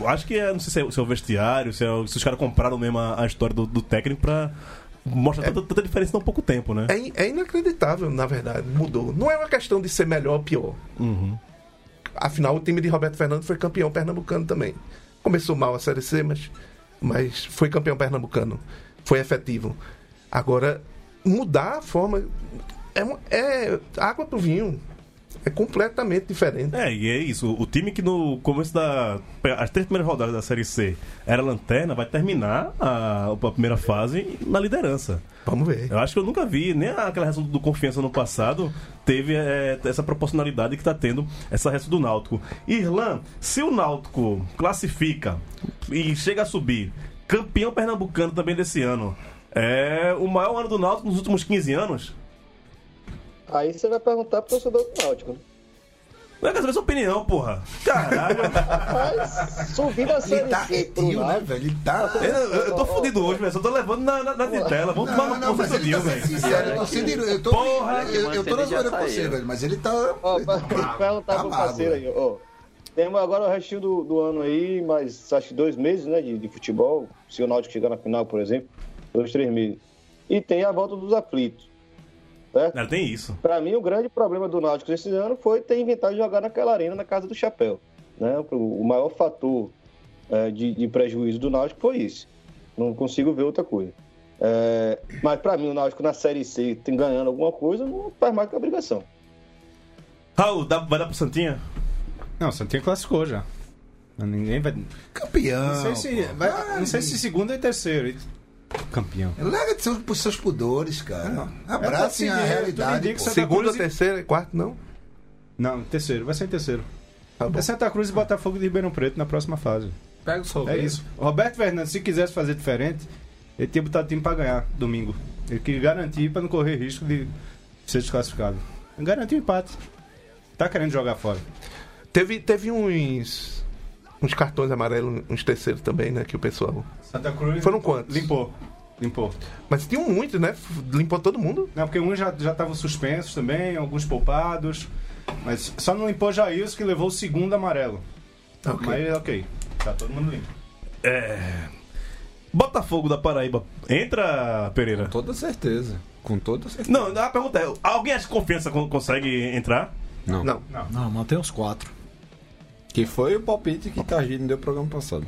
[SPEAKER 4] eu acho que é, não sei se é, o- se é o vestiário, se, é o- se os caras compraram mesmo a, a história do, do técnico pra mostrar tanta, tanta diferença em tão pouco tempo, né?
[SPEAKER 13] É, in- é inacreditável, na verdade, mudou. Não é uma questão de ser melhor ou pior. Afinal, o time de Roberto Fernando foi campeão pernambucano também. Começou mal a Série C, mas, mas foi campeão pernambucano. Foi efetivo. Agora, mudar a forma é, um- é água pro vinho. É completamente diferente.
[SPEAKER 4] É, e é isso. O time que no começo da. As três primeiras rodadas da Série C era lanterna, vai terminar a, a primeira fase na liderança.
[SPEAKER 13] Vamos ver.
[SPEAKER 4] Eu acho que eu nunca vi, nem aquela reação do confiança no passado teve é, essa proporcionalidade que está tendo essa reação do Náutico. Irlan, se o Náutico classifica e chega a subir, campeão pernambucano também desse ano, é o maior ano do Náutico nos últimos 15 anos?
[SPEAKER 11] Aí você vai perguntar pro torcedor do Náutico. né?
[SPEAKER 4] Eu quero saber sua é opinião, porra.
[SPEAKER 11] Mas subindo Tá a série C né? pro Náutico.
[SPEAKER 7] velho? Ele tá.
[SPEAKER 4] né? Eu, eu tô fudido hoje, velho. Só tô levando na, na, na vitela. Vamos tomar no
[SPEAKER 7] não,
[SPEAKER 4] cu,
[SPEAKER 7] mas
[SPEAKER 4] você
[SPEAKER 7] ele
[SPEAKER 4] viu,
[SPEAKER 7] tá sendo
[SPEAKER 4] velho.
[SPEAKER 7] sincero, eu tô sendo iru- eu tô,
[SPEAKER 4] Porra,
[SPEAKER 7] eu, eu tô nas horas com você, velho, mas ele tá.
[SPEAKER 11] Ó, pra, perguntar pro
[SPEAKER 7] bravo,
[SPEAKER 11] tá
[SPEAKER 7] é.
[SPEAKER 11] parceiro aí, ó. Temos agora o restinho do, do ano aí, mas acho que dois meses, né, de, de futebol. Se o Náutico chegar na final, por exemplo, dois, três meses. E tem a volta dos aflitos. Certo?
[SPEAKER 4] tem isso.
[SPEAKER 11] Pra mim, o grande problema do Náutico esse ano foi ter inventado jogar naquela arena na Casa do Chapéu. Né? O o maior fator eh, de, de prejuízo do Náutico foi isso. Não consigo ver outra coisa. Eh, mas pra mim, o Náutico na Série C tem ganhando alguma coisa, não faz mais que obrigação.
[SPEAKER 4] Raul, dá, vai dar pro Santinha?
[SPEAKER 5] Não, Santinha classificou já. Ninguém vai.
[SPEAKER 7] Campeão!
[SPEAKER 5] Não sei se,
[SPEAKER 7] pô.
[SPEAKER 5] vai-
[SPEAKER 7] Ah,
[SPEAKER 5] não sei se segundo é- e terceiro. E- Campeão.
[SPEAKER 7] É Larga de ser pros seus pudores, cara.
[SPEAKER 5] É
[SPEAKER 7] Abracem a
[SPEAKER 5] pra seguir, tudo
[SPEAKER 7] realidade.
[SPEAKER 5] indica que
[SPEAKER 7] pô.
[SPEAKER 5] Santa Cruz e-
[SPEAKER 13] terceiro, é quarto, não? Tá
[SPEAKER 5] Não, terceiro, vai ser em terceiro. é Santa Cruz e Botafogo de Ribeirão Preto na próxima fase.
[SPEAKER 6] Pega o
[SPEAKER 5] É
[SPEAKER 6] sorvete.
[SPEAKER 5] isso. Roberto Fernandes, se quisesse fazer diferente, ele tinha botado o time pra ganhar domingo. Ele queria garantir pra não correr risco de ser desclassificado. Garantiu o empate. Tá querendo jogar fora.
[SPEAKER 13] Teve, teve uns. Uns cartões amarelos, uns terceiros também, né? Que o pessoal.
[SPEAKER 5] Santa Cruz.
[SPEAKER 13] Foram quantos?
[SPEAKER 5] Limpou. Limpou.
[SPEAKER 13] Mas tinham muitos, né? F- Limpou todo mundo?
[SPEAKER 5] Não, porque uns já já estavam suspensos também, alguns poupados. Mas só não limpou Jailson, que levou o segundo amarelo. Mas ok. Tá todo mundo limpo.
[SPEAKER 4] É. Botafogo da Paraíba. Entra, Pereira? Com
[SPEAKER 6] toda certeza. Com toda certeza.
[SPEAKER 4] Não, a pergunta é: alguém acha que confiança con- consegue entrar?
[SPEAKER 6] Não.
[SPEAKER 13] Não.
[SPEAKER 8] Não, mantém os quatro.
[SPEAKER 6] Que foi o palpite que Targino deu no programa passado.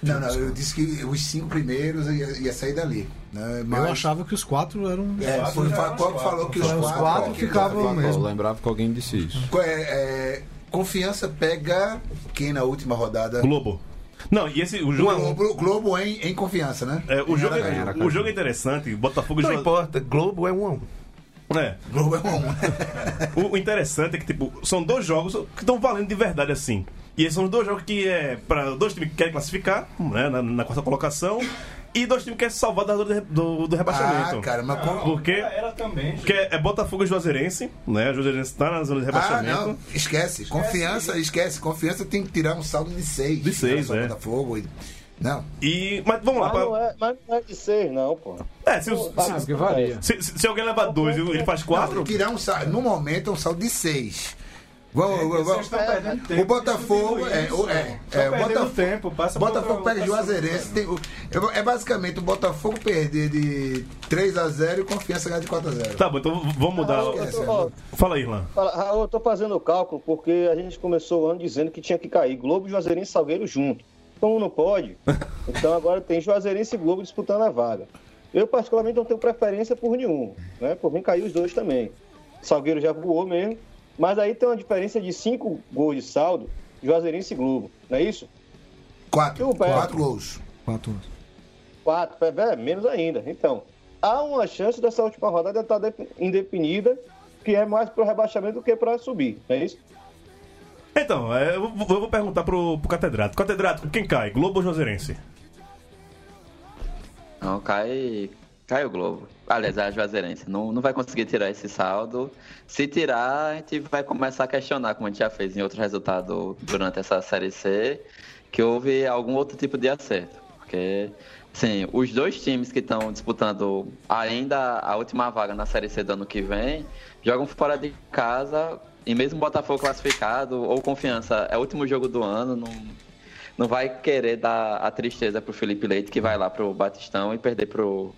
[SPEAKER 7] Não, não, eu disse que os cinco primeiros ia, ia sair dali. Né? Mas...
[SPEAKER 8] Eu achava que os quatro eram.
[SPEAKER 7] É, foi o Facó que falou que os
[SPEAKER 8] Os
[SPEAKER 7] quatro,
[SPEAKER 8] quatro ficavam mesmo.
[SPEAKER 6] Eu lembrava que alguém disse isso.
[SPEAKER 7] Co- é, é, confiança pega quem na última rodada?
[SPEAKER 4] Globo. Não, e esse o jogo
[SPEAKER 7] Globo, Globo em, em confiança, né?
[SPEAKER 4] é, o jogo
[SPEAKER 7] Aracaju.
[SPEAKER 4] é, o jogo é interessante, Botafogo
[SPEAKER 13] Não
[SPEAKER 4] joga-
[SPEAKER 13] importa, Globo é um a um.
[SPEAKER 4] É.
[SPEAKER 7] Globo é um.
[SPEAKER 4] O, o interessante é que, tipo, são dois jogos que estão valendo de verdade assim. E esses são os dois jogos que é para dois times que querem classificar, né, na, na quarta colocação, e dois times que querem se salvar da zona de re- do, do rebaixamento.
[SPEAKER 7] Ah, cara, mas como.
[SPEAKER 4] Porque,
[SPEAKER 5] Ela também.
[SPEAKER 4] porque é Botafogo e Juazeirense, né? O Juazeirense tá na zona de
[SPEAKER 7] Ah,
[SPEAKER 4] rebaixamento.
[SPEAKER 7] não, esquece. Confiança, esquece. Confiança tem que tirar um saldo de seis. um
[SPEAKER 4] De seis,
[SPEAKER 7] Só
[SPEAKER 4] é.
[SPEAKER 7] Botafogo. e- Não.
[SPEAKER 4] E, mas vamos lá.
[SPEAKER 11] Mas
[SPEAKER 4] pra-
[SPEAKER 11] não, é, mas não é de seis, não, pô.
[SPEAKER 4] é, se, os- se-
[SPEAKER 6] que varia.
[SPEAKER 4] se- se- se alguém leva dois e ele faz quatro,
[SPEAKER 7] Não, tirar um saldo. No momento é um saldo de seis. Vamos, vamos-
[SPEAKER 5] É, Vocês estão perdendo tempo.
[SPEAKER 7] O Botafogo é, o-
[SPEAKER 5] Estão
[SPEAKER 7] é, é, o
[SPEAKER 5] perdendo
[SPEAKER 7] Botafogo,
[SPEAKER 5] tempo, passa
[SPEAKER 7] Botafogo
[SPEAKER 5] pra outra
[SPEAKER 7] pega
[SPEAKER 5] votação.
[SPEAKER 7] Juazeirense. Tem, o- é, é basicamente o Botafogo perder de 3x0 e confiança ganhar de 4x0.
[SPEAKER 4] tá bom, então v- vamos mudar.
[SPEAKER 11] Raul, eu tô, ó,
[SPEAKER 4] Fala aí, Irlan.
[SPEAKER 11] fala- Raul, eu tô fazendo o cálculo porque a gente começou o ano dizendo que tinha que cair Globo, Juazeirense e Salgueiro junto. Como não pode, então agora tem Juazeirense e Globo disputando a vaga. Eu, particularmente, não tenho preferência por nenhum. Né? Por mim, caiu os dois também. Salgueiro já voou mesmo. Mas aí tem uma diferença de cinco gols de saldo, Juazeirense e Globo. Não é isso?
[SPEAKER 7] Quatro,
[SPEAKER 11] Eu pego.
[SPEAKER 7] quatro gols.
[SPEAKER 8] Quatro.
[SPEAKER 11] Quatro, é, é, menos ainda. Então, há uma chance dessa última rodada estar de- indefinida, que é mais para o rebaixamento do que para subir, não é isso?
[SPEAKER 4] Então, é, eu, vou- eu vou perguntar pro, pro catedrático. Catedrático, quem cai? Globo ou Juazeirense?
[SPEAKER 10] Não, cai, cai o Globo. Aliás, a Juazeirense não, não vai conseguir tirar esse saldo. Se tirar, a gente vai começar a questionar, como a gente já fez em outro resultado durante essa Série C, que houve algum outro tipo de acerto. Porque, sim, os dois times que estão disputando ainda a última vaga na Série C do ano que vem jogam fora de casa e mesmo Botafogo classificado ou Confiança, é o último jogo do ano, não, não vai querer dar a tristeza pro Felipe Leite que vai lá pro Batistão e perder pro.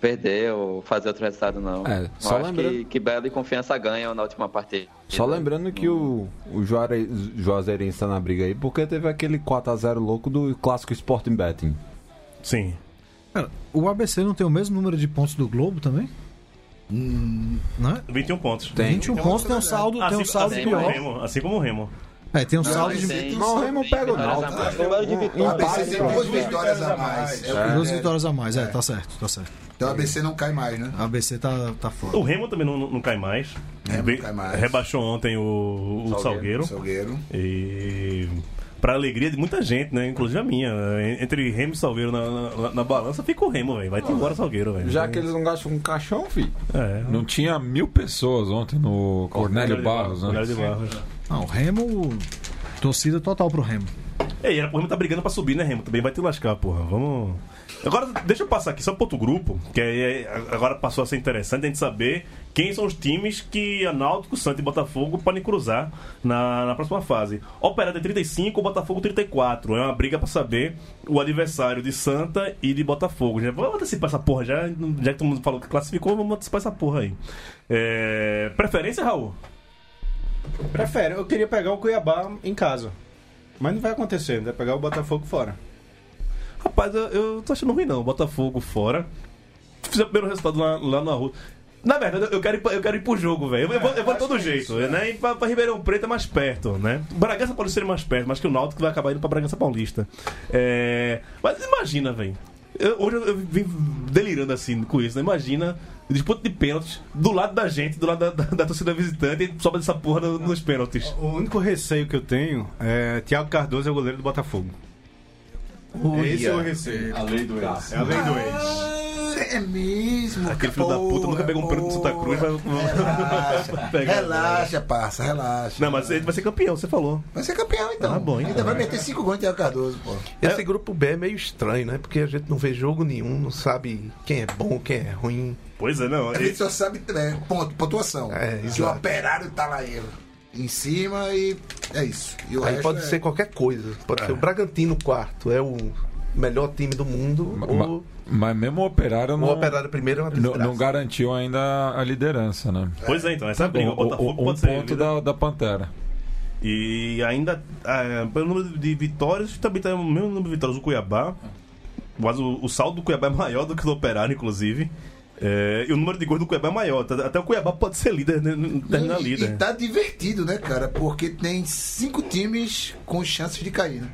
[SPEAKER 10] Perder ou fazer outro resultado, não.
[SPEAKER 6] É,
[SPEAKER 10] Eu
[SPEAKER 6] só
[SPEAKER 10] acho
[SPEAKER 6] lembrando-
[SPEAKER 10] que, que Belo e Confiança ganham na última partida.
[SPEAKER 6] Só lembrando que o, o Juare- Juazeirense tá na briga aí, porque teve aquele 4x0 louco do clássico Sporting Betting.
[SPEAKER 4] Sim.
[SPEAKER 8] Cara, o ABC não tem o mesmo número de pontos do Globo também? Né?
[SPEAKER 4] 21 pontos.
[SPEAKER 6] Tem.
[SPEAKER 8] 21 pontos tem um saldo, tem um saldo
[SPEAKER 4] assim, como o
[SPEAKER 8] pior.
[SPEAKER 4] Remo, assim como o Remo.
[SPEAKER 8] É, tem um saldo de
[SPEAKER 10] Tem
[SPEAKER 6] Mas o Remo pega o
[SPEAKER 10] vitórias a
[SPEAKER 6] Náutico.
[SPEAKER 10] mais.
[SPEAKER 11] Número de
[SPEAKER 7] O
[SPEAKER 11] vitórias.
[SPEAKER 7] ABC tem duas vitórias a mais. É o
[SPEAKER 8] duas
[SPEAKER 7] primeiro.
[SPEAKER 8] vitórias a mais. É, tá certo, tá certo.
[SPEAKER 7] Então o ABC não cai mais, né?
[SPEAKER 8] A ABC tá, tá fora.
[SPEAKER 4] O Remo também não, não cai mais.
[SPEAKER 7] Remo
[SPEAKER 4] Ve-
[SPEAKER 7] não cai mais.
[SPEAKER 4] Rebaixou ontem o, o Salgueiro.
[SPEAKER 7] Salgueiro.
[SPEAKER 4] E. Pra alegria de muita gente, né? Inclusive a minha. né? Entre Remo e Salgueiro na, na, na balança, fica o Remo, velho. Vai ter embora o Salgueiro, velho.
[SPEAKER 6] Já que eles não gastam com caixão, filho.
[SPEAKER 4] É.
[SPEAKER 12] Então, Não tinha mil pessoas ontem no Cornélio
[SPEAKER 4] de
[SPEAKER 12] Barros, né?
[SPEAKER 4] Cornélio de Barros.
[SPEAKER 8] Não, o Remo. Torcida total pro Remo.
[SPEAKER 4] É, e era pro Remo tá brigando pra subir, né, Remo? Também vai te lascar, porra. Vamos. Agora, deixa eu passar aqui só pro outro grupo, que aí é- agora passou a ser interessante a gente saber quem são os times que a Náutico, Santa e Botafogo podem cruzar na, na próxima fase. Operário é tem 35, Botafogo 34. É uma briga pra saber o adversário de Santa e de Botafogo. Já, vamos antecipar essa porra, já, já que todo mundo falou que classificou, vamos antecipar essa porra aí. É, Preferência, Raul?
[SPEAKER 5] Prefere, eu queria pegar o Cuiabá em casa. Mas não vai acontecer, vai pegar o Botafogo fora.
[SPEAKER 4] Rapaz, eu, eu tô achando ruim não. Botafogo fora. Fiz o primeiro resultado lá, lá na rua. Na verdade, eu quero ir, pra- eu quero ir pro jogo, velho. Eu, vou, eu vou de todo
[SPEAKER 7] é
[SPEAKER 4] jeito, né? E pra, pra Ribeirão Preto é mais perto, né? Bragança pode ser mais perto, mas que o Náutico vai acabar indo pra Bragança Paulista. É... Mas imagina, velho. Eu- Hoje eu, eu vim delirando assim com isso, né? Imagina disputa de pênaltis do lado da gente, do lado da, da- da torcida visitante, e sobe dessa porra no- nos pênaltis.
[SPEAKER 5] O único receio que eu tenho é Thiago Cardoso é o goleiro do Botafogo. Esse é o receio. A lei do ex. É a lei do ex.
[SPEAKER 7] Ah, É mesmo.
[SPEAKER 4] Aquele filho da puta nunca pegou um pênalti do Santa Cruz, mas.
[SPEAKER 7] Relaxa,
[SPEAKER 4] Pega.
[SPEAKER 7] relaxa, parça, relaxa.
[SPEAKER 4] Não, mas ele vai ser campeão, você falou.
[SPEAKER 7] Vai ser campeão então.
[SPEAKER 4] Tá bom,
[SPEAKER 7] Ainda
[SPEAKER 4] então.
[SPEAKER 7] vai meter cinco gols em Thiago Cardoso, pô.
[SPEAKER 13] Esse grupo B é meio estranho, né? Porque a gente não vê jogo nenhum, não sabe quem é bom, quem é ruim.
[SPEAKER 4] Pois é, não.
[SPEAKER 7] A gente só sabe é, ponto, pontuação.
[SPEAKER 13] É,
[SPEAKER 7] que o
[SPEAKER 13] exato.
[SPEAKER 7] operário tá lá ele. Em cima e é isso. E o
[SPEAKER 13] Aí
[SPEAKER 7] resto
[SPEAKER 13] pode
[SPEAKER 7] é-
[SPEAKER 13] ser qualquer coisa. Pode
[SPEAKER 4] É.
[SPEAKER 13] ser o Bragantino quarto, é o melhor time do mundo,
[SPEAKER 12] Ma- ma-
[SPEAKER 13] ou
[SPEAKER 12] mas mesmo o Operário não,
[SPEAKER 13] o Operário primeiro é uma
[SPEAKER 12] não,
[SPEAKER 13] desgraça.
[SPEAKER 12] não garantiu ainda a liderança, né? Tá
[SPEAKER 4] Pois é, então, essa briga.
[SPEAKER 12] O-
[SPEAKER 4] O
[SPEAKER 12] o-
[SPEAKER 4] Botafogo
[SPEAKER 12] um
[SPEAKER 4] pode ser.
[SPEAKER 12] ponto da, da Pantera.
[SPEAKER 4] E ainda, ah, pelo número de vitórias, também tem o mesmo número de vitórias do Cuiabá. Mas o, o saldo do Cuiabá é maior do que do Operário, inclusive. É, e o número de gols do Cuiabá é maior. Tá- Até o Cuiabá pode ser líder, né? terminar
[SPEAKER 7] E-
[SPEAKER 4] líder.
[SPEAKER 7] E tá divertido, né, cara? Porque tem cinco times com chances de cair, né?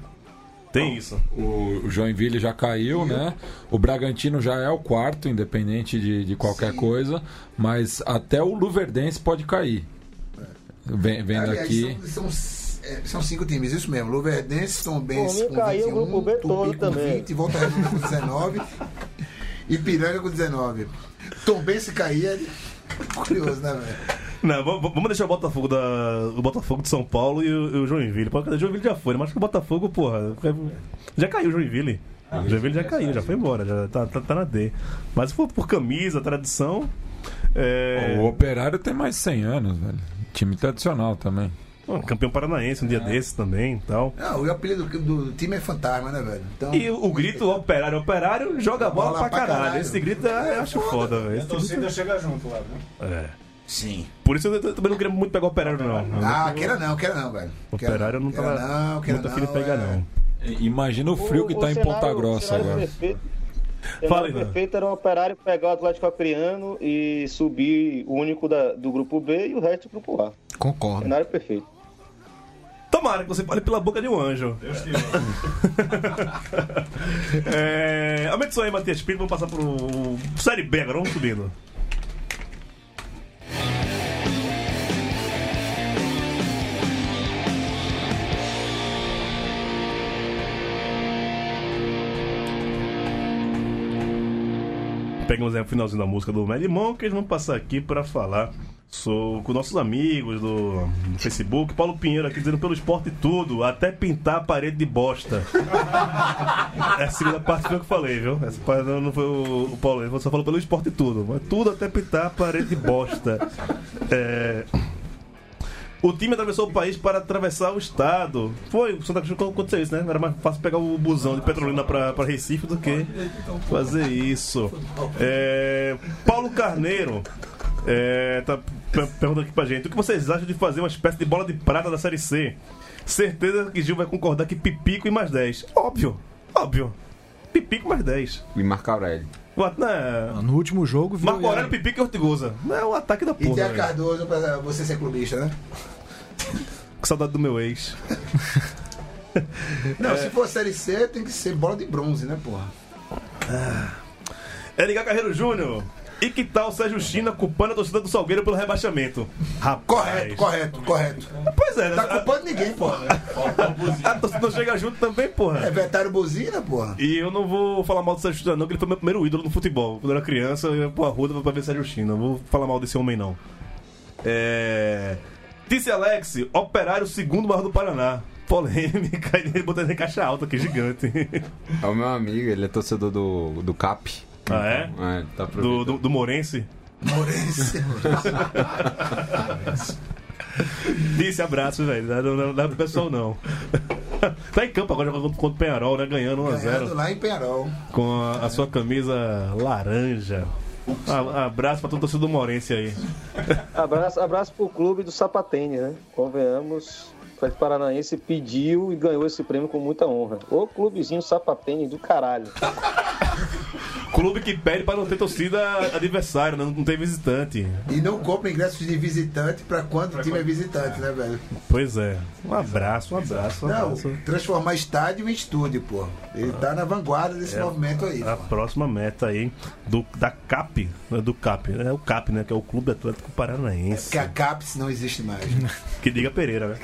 [SPEAKER 4] Tem isso.
[SPEAKER 12] O Joinville já caiu, né? O Bragantino já é o quarto, independente de, de qualquer coisa. Mas até o Luverdense pode cair.
[SPEAKER 13] É.
[SPEAKER 12] Vem- Vendo
[SPEAKER 7] Aliás,
[SPEAKER 12] aqui.
[SPEAKER 7] São, são, é, são cinco times, isso mesmo. Luverdense, Tom Benz
[SPEAKER 11] Por mim,
[SPEAKER 7] com
[SPEAKER 11] caiu
[SPEAKER 7] 21,
[SPEAKER 11] o grupo B todo
[SPEAKER 7] Tupi com
[SPEAKER 11] também.
[SPEAKER 7] 20, Volta Redonda com 19 e Piranga com 19. Tom Benz se cair é curioso, né, velho?
[SPEAKER 4] Não, v- v- vamos deixar o Botafogo da. O Botafogo de São Paulo e o, e o Joinville. Pô, cadê? O Joinville já foi, né? mas acho que o Botafogo, porra. é- Já caiu o Joinville.
[SPEAKER 12] Ah,
[SPEAKER 4] O Joinville já caiu, já foi embora, já tá, tá, tá na D. Mas se for por camisa, tradição. É...
[SPEAKER 12] O Operário tem mais 100 anos, velho. Time tradicional também. É.
[SPEAKER 4] Pô, campeão paranaense um dia desses também e tal.
[SPEAKER 7] Não, o apelido do, do time é fantasma, né, velho? Então,
[SPEAKER 4] E o grito operário, operário, joga a bola, pra, caralho. Esse grito é, eu acho foda, velho.
[SPEAKER 5] A
[SPEAKER 4] Esse
[SPEAKER 5] torcida
[SPEAKER 4] grito-
[SPEAKER 5] chega junto lá, né? viu?
[SPEAKER 4] É.
[SPEAKER 7] Sim.
[SPEAKER 4] Por isso eu t- também não queria muito pegar o operário, não.
[SPEAKER 7] Ah, queira não, queira não, velho.
[SPEAKER 4] O operário não
[SPEAKER 7] queira
[SPEAKER 4] tava
[SPEAKER 7] não, queira
[SPEAKER 4] muito afim de
[SPEAKER 7] não,
[SPEAKER 4] pegar,
[SPEAKER 7] é.
[SPEAKER 4] não.
[SPEAKER 12] Imagina o frio que tá em Ponta Grossa agora.
[SPEAKER 11] Perfeito,
[SPEAKER 4] Fala aí,
[SPEAKER 11] o cenário perfeito era o operário pegar o Atlético Acreano e subir o único da- do grupo B e o resto do grupo A.
[SPEAKER 8] Concordo.
[SPEAKER 11] Cenário perfeito.
[SPEAKER 4] Tomara que você fale pela boca de um anjo. é, aumenta o som aí, Matias Pinto. Vamos passar pro Série B agora. Vamos subindo. Pegamos aí o finalzinho da música do Melimon, que eles vão passar aqui pra falar sou, com nossos amigos do, do Facebook. Paulo Pinheiro aqui dizendo pelo esporte tudo, até pintar a parede de bosta. É a segunda parte foi eu que falei, viu? Essa parte não não foi o, o Paulo, ele só falou pelo esporte tudo. Mas tudo até pintar a parede de bosta. É, O time atravessou o país para atravessar o estado. Foi, o Santa Cruz quando aconteceu isso, né? Era mais fácil pegar o busão de Petrolina para pra Recife do que fazer isso. É, Paulo Carneiro é, tá per- perguntando aqui pra gente: o que vocês acham de fazer uma espécie de bola de prata da Série C? Certeza que Gil vai concordar que Pipico e mais 10. Óbvio, óbvio. Pipico mais 10.
[SPEAKER 6] E Marco Aurélio.
[SPEAKER 4] What, né?
[SPEAKER 8] No último jogo, viu?
[SPEAKER 4] Marco Aurélio, Pipico e Ortigosa. né? Não é o ataque da
[SPEAKER 7] E tem
[SPEAKER 4] porra.
[SPEAKER 7] a
[SPEAKER 4] velho.
[SPEAKER 7] Cardoso pra você ser clubista, né?
[SPEAKER 4] Que saudade do meu ex.
[SPEAKER 7] Não,
[SPEAKER 8] É.
[SPEAKER 7] se for Série C, tem que ser bola de bronze, né, porra?
[SPEAKER 4] Ah, Edgar Carreiro Júnior. E que tal Sérgio China culpando a torcida do Salgueiro pelo rebaixamento? Rapaz.
[SPEAKER 7] Correto, correto, correto.
[SPEAKER 4] Pois é, né?
[SPEAKER 7] Tá culpando ninguém, porra.
[SPEAKER 4] a, a torcida chega junto também,
[SPEAKER 7] É
[SPEAKER 4] porra.
[SPEAKER 7] vetário buzina, porra.
[SPEAKER 4] E eu não vou falar mal do Sérgio China, não, que ele foi meu primeiro ídolo no futebol. Quando eu era criança, eu ia pra Ruda pra ver Sérgio China. Não vou falar mal desse homem, não. É. Disse Alex, operário segundo maior do Paraná. Polêmica, ele botando em caixa alta aqui, gigante.
[SPEAKER 6] É o meu amigo, ele é torcedor do, do CAP.
[SPEAKER 4] Ah, é?
[SPEAKER 6] É, tá
[SPEAKER 4] Do,
[SPEAKER 6] aproveitando.
[SPEAKER 4] do, do Morense.
[SPEAKER 7] Morense.
[SPEAKER 4] Disse abraço, velho. Não, não, não dá pro pessoal, não. tá em campo agora jogando contra o Penharol, né? Ganhando 1x0
[SPEAKER 7] Ganhando lá em Penharol.
[SPEAKER 4] com a, a sua camisa laranja. A- abraço pra todo torcedor do Morense aí.
[SPEAKER 11] Abraço, abraço pro clube do Sapatênis, né? Convenhamos. O Atlético Paranaense pediu e ganhou esse prêmio com muita honra. Ô clubezinho sapatênis do caralho.
[SPEAKER 4] Clube que pede pra não ter torcida adversário, né? Não ter visitante.
[SPEAKER 7] E não compra ingressos de visitante pra quando o time é visitante, né, velho?
[SPEAKER 4] Pois é. Um abraço, um abraço, um
[SPEAKER 7] Não,
[SPEAKER 4] abraço.
[SPEAKER 7] transformar estádio em estúdio, porra. Ele tá na vanguarda
[SPEAKER 4] É.
[SPEAKER 7] desse movimento aí.
[SPEAKER 4] A
[SPEAKER 7] porra.
[SPEAKER 4] próxima meta aí do, da CAP, né, do CAP, é o CAP, né? Que é o Clube Atlético Paranaense.
[SPEAKER 7] É Porque a CAPES não existe mais. né?
[SPEAKER 4] Que diga Pereira, né?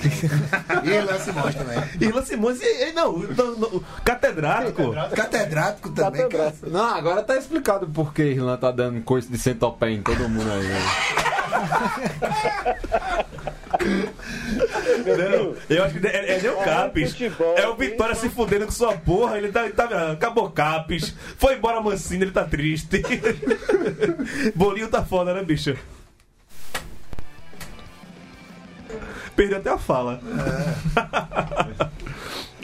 [SPEAKER 7] E lá se mostra também.
[SPEAKER 4] Irlan Simões, e, e, não, não, não, catedrático.
[SPEAKER 7] Catedrático também, cara.
[SPEAKER 6] Não, agora tá explicado por que Irlanda tá dando coice de centopé em todo mundo aí. né?
[SPEAKER 4] Não, eu acho que é, é nem o Capes.
[SPEAKER 11] futebol,
[SPEAKER 4] É o Vitória se fudendo com sua porra. Ele tá, ele tá virando. Acabou Capes. Foi embora Mancini, ele tá triste. Bolinho tá foda, né, bicho? Perdeu até a fala.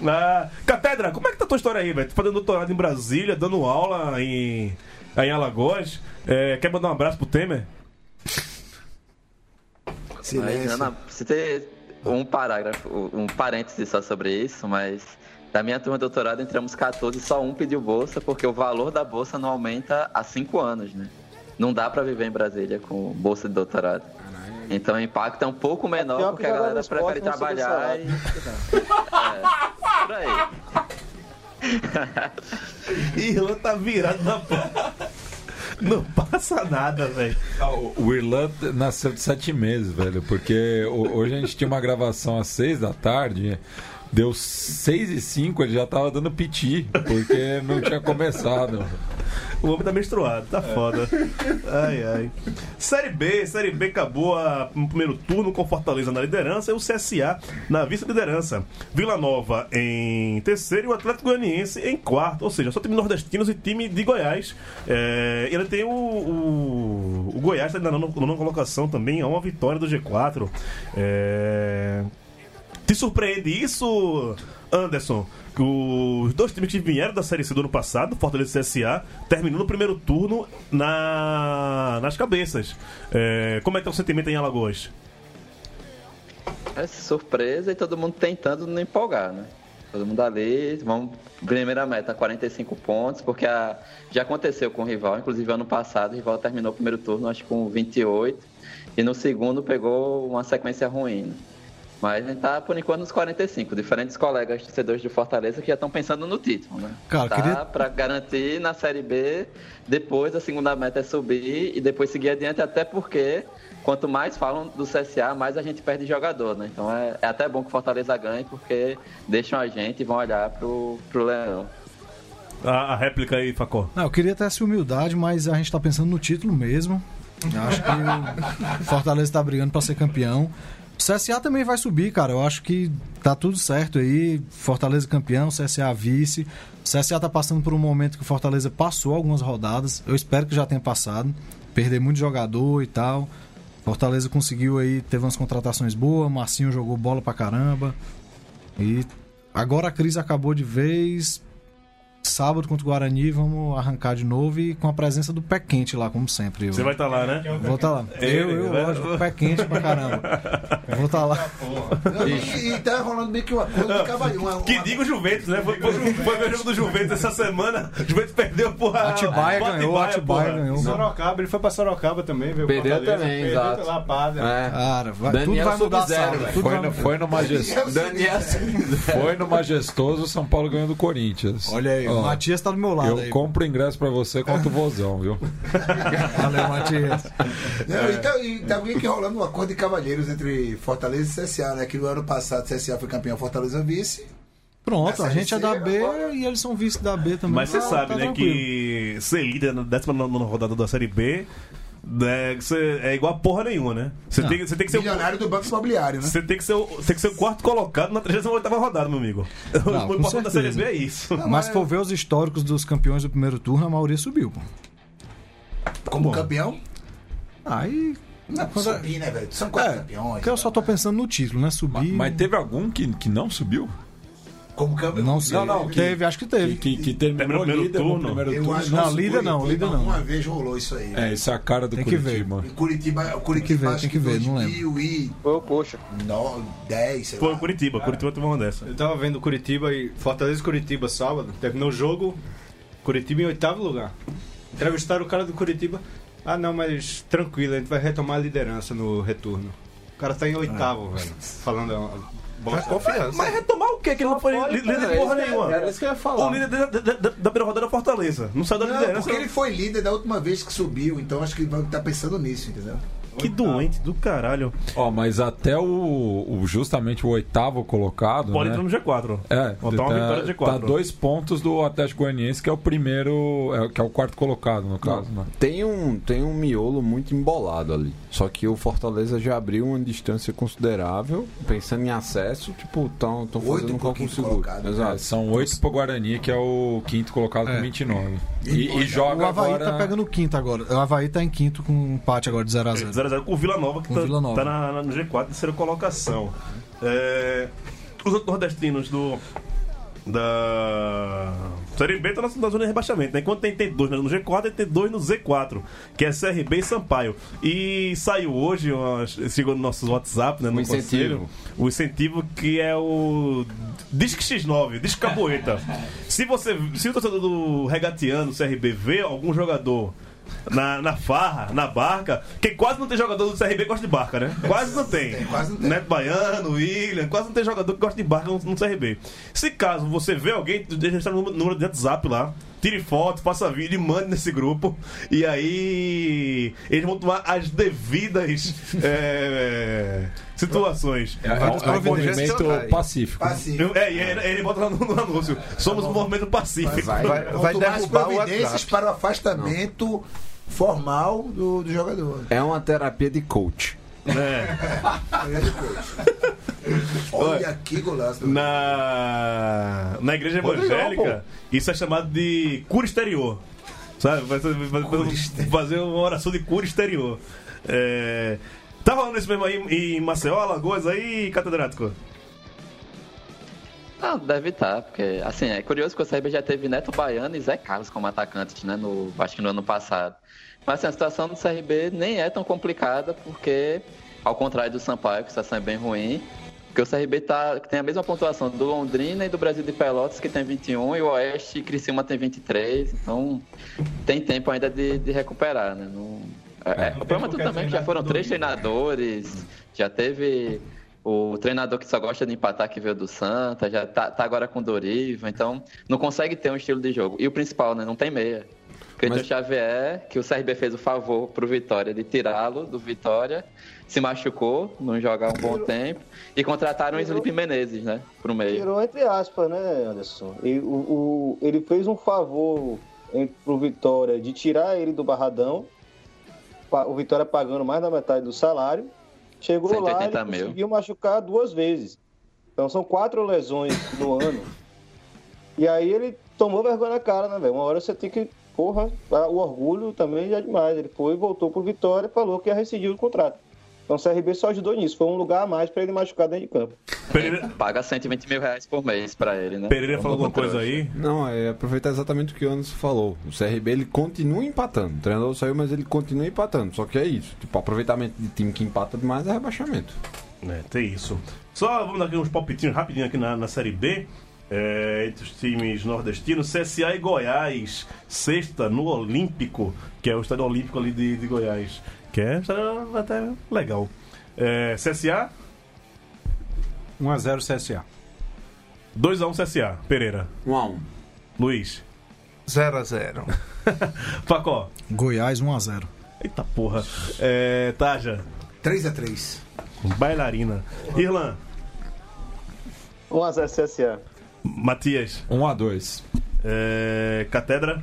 [SPEAKER 4] ah, Catedra, como é que tá a tua história aí, velho? Tu fazendo doutorado em Brasília, dando aula em, em Alagoas. É, quer mandar um abraço pro Temer?
[SPEAKER 10] Mas,
[SPEAKER 7] Silêncio.
[SPEAKER 10] Ana, você ter um parágrafo, um parêntese só sobre isso, mas da minha turma de doutorado entramos 14 e só um pediu bolsa, porque o valor da bolsa não aumenta há 5 anos, né? Não dá pra viver em Brasília com bolsa de doutorado. Então o impacto é um pouco menor porque a galera prefere trabalhar e
[SPEAKER 9] É,
[SPEAKER 4] Irlan tá virado na porta. Não passa nada, velho.
[SPEAKER 12] Ah, O Irlan nasceu de sete meses, velho, porque o- hoje a gente tinha uma gravação às seis da tarde, deu seis e cinco, ele já tava dando piti, porque não tinha começado.
[SPEAKER 4] O homem tá menstruado, tá foda. Ai, ai. Série B, Série B acabou a, no primeiro turno com Fortaleza na liderança e o CSA na vice-liderança. Vila Nova em terceiro e o Atlético Goianiense em quarto. Ou seja, só time nordestinos e time de Goiás. É, e ainda tem o, o, o Goiás tá na nona, nona colocação também, é uma vitória do G4. É, te surpreende isso, Anderson? Que os dois times que vieram da Série C do ano passado, Fortaleza e CSA, terminou no primeiro turno na... nas cabeças. É, Como é que tá o sentimento em Alagoas?
[SPEAKER 10] É surpresa e todo mundo tentando não empolgar, né? Todo mundo ali, vamos, primeira meta, 45 pontos, porque a- já aconteceu com o rival, inclusive ano passado, o rival terminou o primeiro turno, acho que com 28, e no segundo pegou uma sequência ruim. né? Mas a gente tá, por enquanto, nos 45, diferentes colegas torcedores do Fortaleza que já estão pensando no título, né?
[SPEAKER 8] Cara,
[SPEAKER 10] tá
[SPEAKER 8] queria-
[SPEAKER 10] pra garantir na Série B, depois a segunda meta é subir e depois seguir adiante, até porque quanto mais falam do CSA, mais a gente perde jogador, né? Então é, é até bom que o Fortaleza ganhe, porque deixam a gente e vão olhar pro, pro Leão.
[SPEAKER 4] A, a réplica aí, Facó.
[SPEAKER 8] Não, eu queria ter essa humildade, mas a gente tá pensando no título mesmo. Eu acho que o Fortaleza tá brigando pra ser campeão. O CSA também vai subir, cara. Eu acho que tá tudo certo aí. Fortaleza campeão, CSA vice. O CSA tá passando por um momento que o Fortaleza passou algumas rodadas. Eu espero que já tenha passado. Perder muito jogador e tal. Fortaleza conseguiu aí, teve umas contratações boas. Marcinho jogou bola pra caramba. E agora a crise acabou de vez sábado contra o Guarani, vamos arrancar de novo e com a presença do pé quente lá, como sempre. Eu-
[SPEAKER 4] Você vai estar lá, né?
[SPEAKER 8] Vou estar lá. Eu, eu, lógico, pé quente pra caramba. Vou estar lá.
[SPEAKER 7] E, e tá rolando meio que uma coisa de cavalho. Uma,
[SPEAKER 4] Ah, Que diga o Juventus, né? Foi, foi, foi ver o jogo do Juventus essa semana. O Juventus perdeu, porra.
[SPEAKER 8] Atibaia
[SPEAKER 4] pro
[SPEAKER 8] ganhou, Atibaia
[SPEAKER 4] porra.
[SPEAKER 8] ganhou.
[SPEAKER 5] Sorocaba, ele foi pra Sorocaba também, veio
[SPEAKER 6] Perdeu
[SPEAKER 5] Fortaleza,
[SPEAKER 6] também,
[SPEAKER 5] perdeu
[SPEAKER 6] exato.
[SPEAKER 5] pela Lapada.
[SPEAKER 6] É.
[SPEAKER 8] Cara, vai, tudo
[SPEAKER 6] Daniel
[SPEAKER 8] vai mudar
[SPEAKER 6] Sub-Zero,
[SPEAKER 8] sábado.
[SPEAKER 6] velho.
[SPEAKER 8] Tudo
[SPEAKER 12] Foi
[SPEAKER 8] vai
[SPEAKER 12] no,
[SPEAKER 8] mudar.
[SPEAKER 12] foi no majestoso.
[SPEAKER 6] Daniel
[SPEAKER 12] Foi no majestoso, São Paulo ganhando do Corinthians.
[SPEAKER 8] Olha aí, o
[SPEAKER 12] Ó,
[SPEAKER 8] Matias tá do meu lado
[SPEAKER 12] eu
[SPEAKER 8] aí.
[SPEAKER 12] compro ingresso pra você contra o vozão, viu?
[SPEAKER 8] Valeu, Matias.
[SPEAKER 7] Não,
[SPEAKER 4] É.
[SPEAKER 7] e, tá, e tá meio que rolando um acordo de cavalheiros entre Fortaleza e CSA, né? Que no ano passado o CSA foi campeão, Fortaleza vice.
[SPEAKER 8] Pronto, a
[SPEAKER 7] Essa
[SPEAKER 8] gente é da B
[SPEAKER 7] agora-
[SPEAKER 8] e eles são vice da B também.
[SPEAKER 4] Mas você
[SPEAKER 8] Ah,
[SPEAKER 4] sabe,
[SPEAKER 8] tá
[SPEAKER 4] né,
[SPEAKER 8] tranquilo.
[SPEAKER 4] que ser líder na 19 rodada da Série B né, que você é igual a porra nenhuma, né? Você
[SPEAKER 8] Não.
[SPEAKER 4] tem, que- você tem que ser o
[SPEAKER 7] Milionário do Banco Imobiliário, né?
[SPEAKER 4] Você tem que ser o, tem que ser o quarto colocado na 38 rodada, meu amigo.
[SPEAKER 8] Não,
[SPEAKER 4] o
[SPEAKER 8] com
[SPEAKER 4] importante da Série
[SPEAKER 8] certeza.
[SPEAKER 4] B é isso.
[SPEAKER 8] Mas se for ver os históricos dos campeões do primeiro turno, a maioria subiu, pô.
[SPEAKER 7] Como campeão.
[SPEAKER 8] Aí.
[SPEAKER 7] Não,
[SPEAKER 8] é
[SPEAKER 7] subir, né, velho? São quatro campeões.
[SPEAKER 8] Porque eu só tô pensando no título, né? Subir.
[SPEAKER 12] Mas teve algum que, que não subiu?
[SPEAKER 7] Como campeão.
[SPEAKER 8] Não sei.
[SPEAKER 12] Não, não, que-
[SPEAKER 8] teve, acho que teve.
[SPEAKER 12] Que, que, que terminou
[SPEAKER 4] Terminou o primeiro
[SPEAKER 12] líder
[SPEAKER 4] turno.
[SPEAKER 12] no É primeiro
[SPEAKER 7] Eu
[SPEAKER 12] turno.
[SPEAKER 7] acho
[SPEAKER 8] Não,
[SPEAKER 7] que
[SPEAKER 8] líder não,
[SPEAKER 7] Curitiba
[SPEAKER 8] líder não.
[SPEAKER 7] Uma vez rolou isso aí. né?
[SPEAKER 12] É, isso é a cara do
[SPEAKER 8] Tem que ver.
[SPEAKER 12] Curitiba.
[SPEAKER 7] Em Curitiba, o Curitiba
[SPEAKER 8] ver,
[SPEAKER 7] acho
[SPEAKER 8] tem que ver, não lembro.
[SPEAKER 7] 2009,
[SPEAKER 11] Foi o coxa.
[SPEAKER 7] 10, sei
[SPEAKER 4] Foi
[SPEAKER 7] lá.
[SPEAKER 4] Curitiba, Curitiba tomou uma dessa.
[SPEAKER 5] Eu tava vendo Curitiba e Fortaleza e Curitiba sábado. Terminou o jogo, Curitiba em oitavo lugar. Entrevistaram o cara do Curitiba. Ah, não, mas tranquilo, a gente vai retomar a liderança no retorno. O cara tá em
[SPEAKER 7] Ah.
[SPEAKER 5] oitavo, velho. Falando. a- a-
[SPEAKER 13] Mas
[SPEAKER 5] bosta.
[SPEAKER 7] Tá
[SPEAKER 13] confiança.
[SPEAKER 4] Mas retomar o quê? Que ele não foi li- líder de porra
[SPEAKER 6] Era
[SPEAKER 4] nenhuma.
[SPEAKER 6] isso que eu ia
[SPEAKER 4] O
[SPEAKER 6] falar.
[SPEAKER 4] líder da, da, da- da primeira rodada é o Fortaleza. Não saiu da
[SPEAKER 7] Não,
[SPEAKER 4] liderança.
[SPEAKER 7] porque ele foi líder da última vez que subiu, então acho que ele vai estar pensando nisso, entendeu?
[SPEAKER 4] Que doente do caralho.
[SPEAKER 12] Ó, mas até o, o- justamente o oitavo colocado.
[SPEAKER 4] Pode
[SPEAKER 12] né?
[SPEAKER 4] entrar no G4.
[SPEAKER 12] É,
[SPEAKER 4] Ó, tá uma vitória de
[SPEAKER 12] tá
[SPEAKER 4] quatro.
[SPEAKER 12] dois pontos do Atlético Goianiense, que é o primeiro, é, que é o quarto colocado, no caso, né?
[SPEAKER 6] Tem um, tem um miolo muito embolado ali. Só que o Fortaleza já abriu uma distância considerável. Pensando em acesso, tipo, estão fazendo um
[SPEAKER 7] Oito e
[SPEAKER 6] cálculo
[SPEAKER 7] pouquinho
[SPEAKER 6] seguro.
[SPEAKER 7] colocado. né?
[SPEAKER 6] Exato.
[SPEAKER 12] É, são oito pro Guarani, que é o quinto colocado
[SPEAKER 8] É.
[SPEAKER 12] com 29. E, e
[SPEAKER 8] O
[SPEAKER 12] joga
[SPEAKER 8] Havaí
[SPEAKER 12] agora...
[SPEAKER 8] tá pegando o quinto agora. O Havaí tá em quinto com um empate agora de 0x0.
[SPEAKER 4] 0x0 com o Vila Nova, que
[SPEAKER 8] Com o
[SPEAKER 4] tá,
[SPEAKER 8] Vila Nova.
[SPEAKER 4] tá na, na- no G4, terceira colocação. É, os outros nordestinos do da Série B tá na, na zona de rebaixamento, né? Enquanto tem T2 no G4, tem T2 no Z4, que é CRB e Sampaio. E saiu hoje, uma- chegou no nosso WhatsApp, né? No
[SPEAKER 6] Um incentivo.
[SPEAKER 4] conselho, o incentivo que é o Disque X9, Disque Caboeta. se você, se o torcedor do Regateando, CRB, vê algum jogador na, na farra, na barca, que quase não tem jogador do CRB que gosta de barca, né? Quase não tem.
[SPEAKER 7] quase não tem.
[SPEAKER 4] Neto Baiano, William, quase não tem jogador que gosta de barca no, no CRB. Se caso você vê alguém, deixa o número, número de WhatsApp lá. Tire foto, faça vídeo e mande nesse grupo. E aí. Eles vão tomar as devidas eh, situações.
[SPEAKER 12] É um movimento
[SPEAKER 13] Providenciar.
[SPEAKER 12] pacífico.
[SPEAKER 7] Pacífico.
[SPEAKER 4] É, e ele, ele bota lá no, no anúncio. Somos um movimento pacífico.
[SPEAKER 13] Tá vai-
[SPEAKER 7] Vão
[SPEAKER 13] vai
[SPEAKER 7] tomar as
[SPEAKER 13] derrubar o
[SPEAKER 7] providências
[SPEAKER 13] WhatsApp.
[SPEAKER 7] para o afastamento formal do, do jogador.
[SPEAKER 6] É uma terapia de coach.
[SPEAKER 4] É.
[SPEAKER 7] Olha que golaço.
[SPEAKER 4] na, na igreja evangélica, isso é chamado de cura exterior. Sabe? Vai ser- vai- vai- Fazer uma oração de cura exterior. É... Tá rolando isso mesmo aí em Maceió, Alagoas aí, catedrático?
[SPEAKER 10] Não, deve estar, porque assim, é curioso que o CRB já teve Neto Baiano e Zé Carlos como atacantes, né? No, acho que no ano passado. Mas assim, a situação do CRB nem é tão complicada, porque, ao contrário do Sampaio, que a situação é bem ruim, porque o CRB tá, tem a mesma pontuação do Londrina e do Brasil de Pelotas, que tem 21, e o Oeste e Criciúma tem 23, então tem tempo ainda de, de recuperar, né? Não- é, é, o problema tudo também é que já foram três treinadores, já teve o treinador que só gosta de empatar que veio do Santa, já tá, tá agora com o Doriva, então não consegue ter um estilo de jogo. E o principal, né? Não tem meia. Cleiton Xavier, que o CRB fez o favor pro Vitória de tirá-lo do Vitória, se machucou, não joga há um bom tempo, e contrataram o Felipe Menezes, né? Pro meio.
[SPEAKER 11] Tirou entre aspas, né, Anderson? E o, o- ele fez um favor em- pro Vitória de tirar ele do Barradão. pa- O Vitória pagando mais da metade do salário. Chegou lá
[SPEAKER 10] 180
[SPEAKER 11] e
[SPEAKER 10] mil.
[SPEAKER 11] conseguiu machucar duas vezes. Então são quatro lesões no ano. E aí ele tomou vergonha na cara, né, velho? Uma hora você tem que. Porra, o orgulho também já é demais. Ele foi, voltou pro Vitória e falou que ia rescindir o contrato. Então o CRB só ajudou nisso. Foi um lugar a mais pra ele machucar dentro de campo.
[SPEAKER 4] Pereira,
[SPEAKER 10] Paga 120 mil reais por mês pra ele, né?
[SPEAKER 4] Pereira falou alguma coisa aí?
[SPEAKER 6] Não, é aproveitar exatamente o que o Anderson falou. O CRB ele continua empatando. O treinador saiu, mas ele continua empatando. Só que é isso. Tipo, aproveitamento de time que empata demais é rebaixamento.
[SPEAKER 4] É, tem isso. Só vamos dar aqui uns palpitinhos rapidinho aqui na, na Série B. É, entre os times nordestinos, CSA e Goiás. Sexta no Olímpico, que é o estádio olímpico ali de, de Goiás. Que é um estádio até legal. É, CSA,
[SPEAKER 8] 1x0 CSA.
[SPEAKER 4] 2x1 CSA. Pereira.
[SPEAKER 6] 1 a 1
[SPEAKER 4] Luiz.
[SPEAKER 13] 0x0.
[SPEAKER 4] Facó.
[SPEAKER 8] Goiás 1x0.
[SPEAKER 4] Eita porra. É, Taja.
[SPEAKER 7] 3x3.
[SPEAKER 4] Bailarina. Irlan.
[SPEAKER 11] 1x0 CSA.
[SPEAKER 4] Matias.
[SPEAKER 12] 1 a 2
[SPEAKER 4] É, Catedra.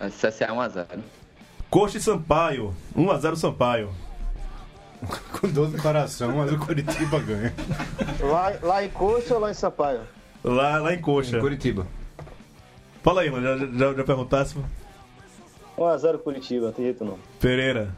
[SPEAKER 10] CSA 1x0.
[SPEAKER 4] Coxa e Sampaio. 1x0 Sampaio.
[SPEAKER 5] Com dor no coração, mas o Curitiba ganha.
[SPEAKER 11] Lá, lá em Coxa ou lá em Sampaio?
[SPEAKER 4] Lá, lá em Coxa.
[SPEAKER 6] Curitiba.
[SPEAKER 4] Fala aí, mano. Já, já, já perguntasse?
[SPEAKER 11] 1x0 Curitiba, não tem jeito não.
[SPEAKER 4] Pereira.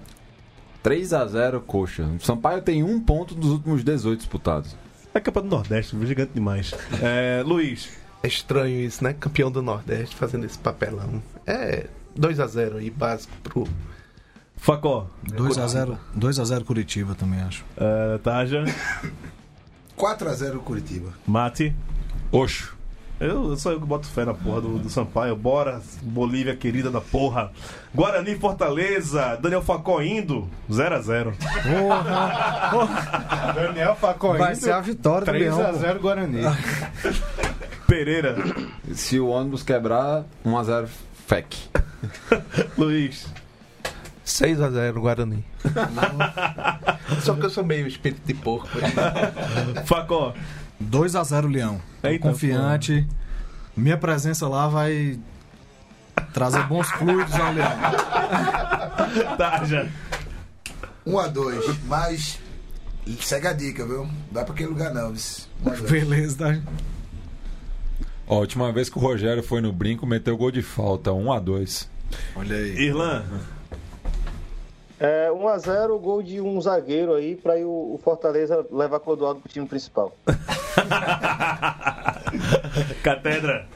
[SPEAKER 6] 3 a 0 Coxa. O Sampaio tem um ponto dos últimos 18 disputados.
[SPEAKER 4] É Copa do Nordeste, gigante demais. É, Luiz.
[SPEAKER 13] É estranho isso, né? Campeão do Nordeste fazendo esse papelão. É 2x0 aí, básico pro.
[SPEAKER 4] Facó.
[SPEAKER 8] 2x0 2x0 Curitiba também, acho.
[SPEAKER 4] É, Taja.
[SPEAKER 7] 4x0 Curitiba.
[SPEAKER 4] Mate.
[SPEAKER 12] Oxo.
[SPEAKER 4] Eu, eu sou eu que boto fé na porra do, do Sampaio. Bora, Bolívia querida da porra. Guarani e Fortaleza. Daniel Facó indo. 0x0.
[SPEAKER 5] Daniel Facó
[SPEAKER 8] Vai ser a vitória do Leão.
[SPEAKER 5] 3x0 Guarani.
[SPEAKER 4] Pereira.
[SPEAKER 6] Se o ônibus quebrar, 1 a 0 FEC.
[SPEAKER 4] Luiz.
[SPEAKER 13] 6x0 Guarani. Só que eu sou meio espírito de porco.
[SPEAKER 4] Facó.
[SPEAKER 8] 2x0 Leão. Tô
[SPEAKER 4] Eita,
[SPEAKER 8] confiante. Minha presença lá vai trazer bons fluidos ao Leão.
[SPEAKER 4] Taja.
[SPEAKER 7] 1x2. Mas segue a dica, viu? Não dá pra aquele lugar não. viu? Um a dois.
[SPEAKER 8] Beleza, tá?
[SPEAKER 12] Ó, a última vez que o Rogério foi no brinco, meteu gol de falta. 1 a 2
[SPEAKER 8] Olha aí.
[SPEAKER 4] Irlan.
[SPEAKER 11] É, 1x0 o gol de um zagueiro aí pra ir o o Fortaleza levar Clodoaldo pro time principal.
[SPEAKER 4] Catedra.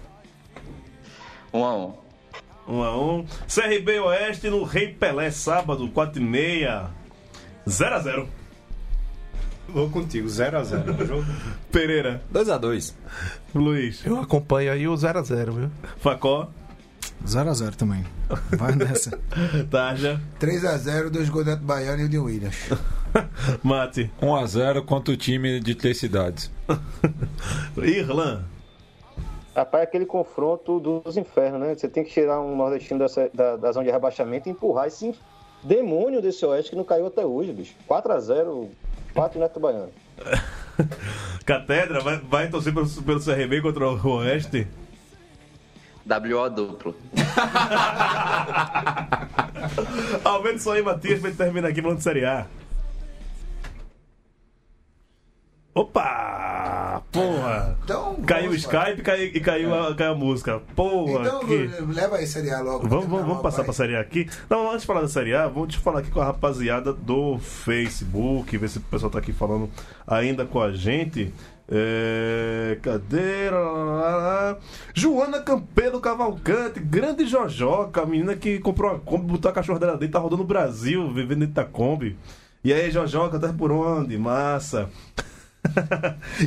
[SPEAKER 10] 1 a 1
[SPEAKER 4] 1 a 1 CRB Oeste no Rei Pelé, sábado, 4 e meia. 0 a 0
[SPEAKER 5] Vou contigo, 0x0 jogo.
[SPEAKER 4] Pereira.
[SPEAKER 6] 2x2.
[SPEAKER 4] Luiz.
[SPEAKER 13] Eu acompanho aí o 0x0, viu?
[SPEAKER 4] Facó.
[SPEAKER 8] 0x0 também. Vai nessa.
[SPEAKER 4] Tarja.
[SPEAKER 7] 3x0, dois gols do Neto Baiano e o de Williams.
[SPEAKER 4] Mate.
[SPEAKER 12] 1x0 contra o time de três cidades.
[SPEAKER 4] Irlan.
[SPEAKER 11] Rapaz, é aquele confronto dos infernos, né? Você tem que tirar um nordestino dessa- da, da zona de rebaixamento e empurrar esse demônio desse oeste que não caiu até hoje, bicho. 4x0, 4 Neto Baiano.
[SPEAKER 4] Catedra, vai, vai torcer pelo, pelo CRB contra o Oeste?
[SPEAKER 10] WO duplo.
[SPEAKER 4] Aumenta só aí, Matias, pra gente terminar aqui falando de Série A. Opa! Porra!
[SPEAKER 7] Então,
[SPEAKER 4] Caiu o
[SPEAKER 7] vamos,
[SPEAKER 4] Skype caiu, e caiu a, caiu a música. Porra!
[SPEAKER 7] Então,
[SPEAKER 4] que...
[SPEAKER 7] leva aí Série A logo.
[SPEAKER 4] Vamos, vamos, vamos passar pra
[SPEAKER 7] rapaz.
[SPEAKER 4] Série A aqui. Não, antes de falar da Série A, vamos te falar aqui com a rapaziada do Facebook, ver se o pessoal tá aqui falando ainda com a gente. É, cadê? Lá, lá, lá, lá. Joana Campelo Cavalcante, grande Jojoca, a menina que comprou uma Kombi, botou a cachorra dela dentro, tá rodando o Brasil, vivendo dentro da Kombi. E aí, Jojoca, tá por onde? Massa!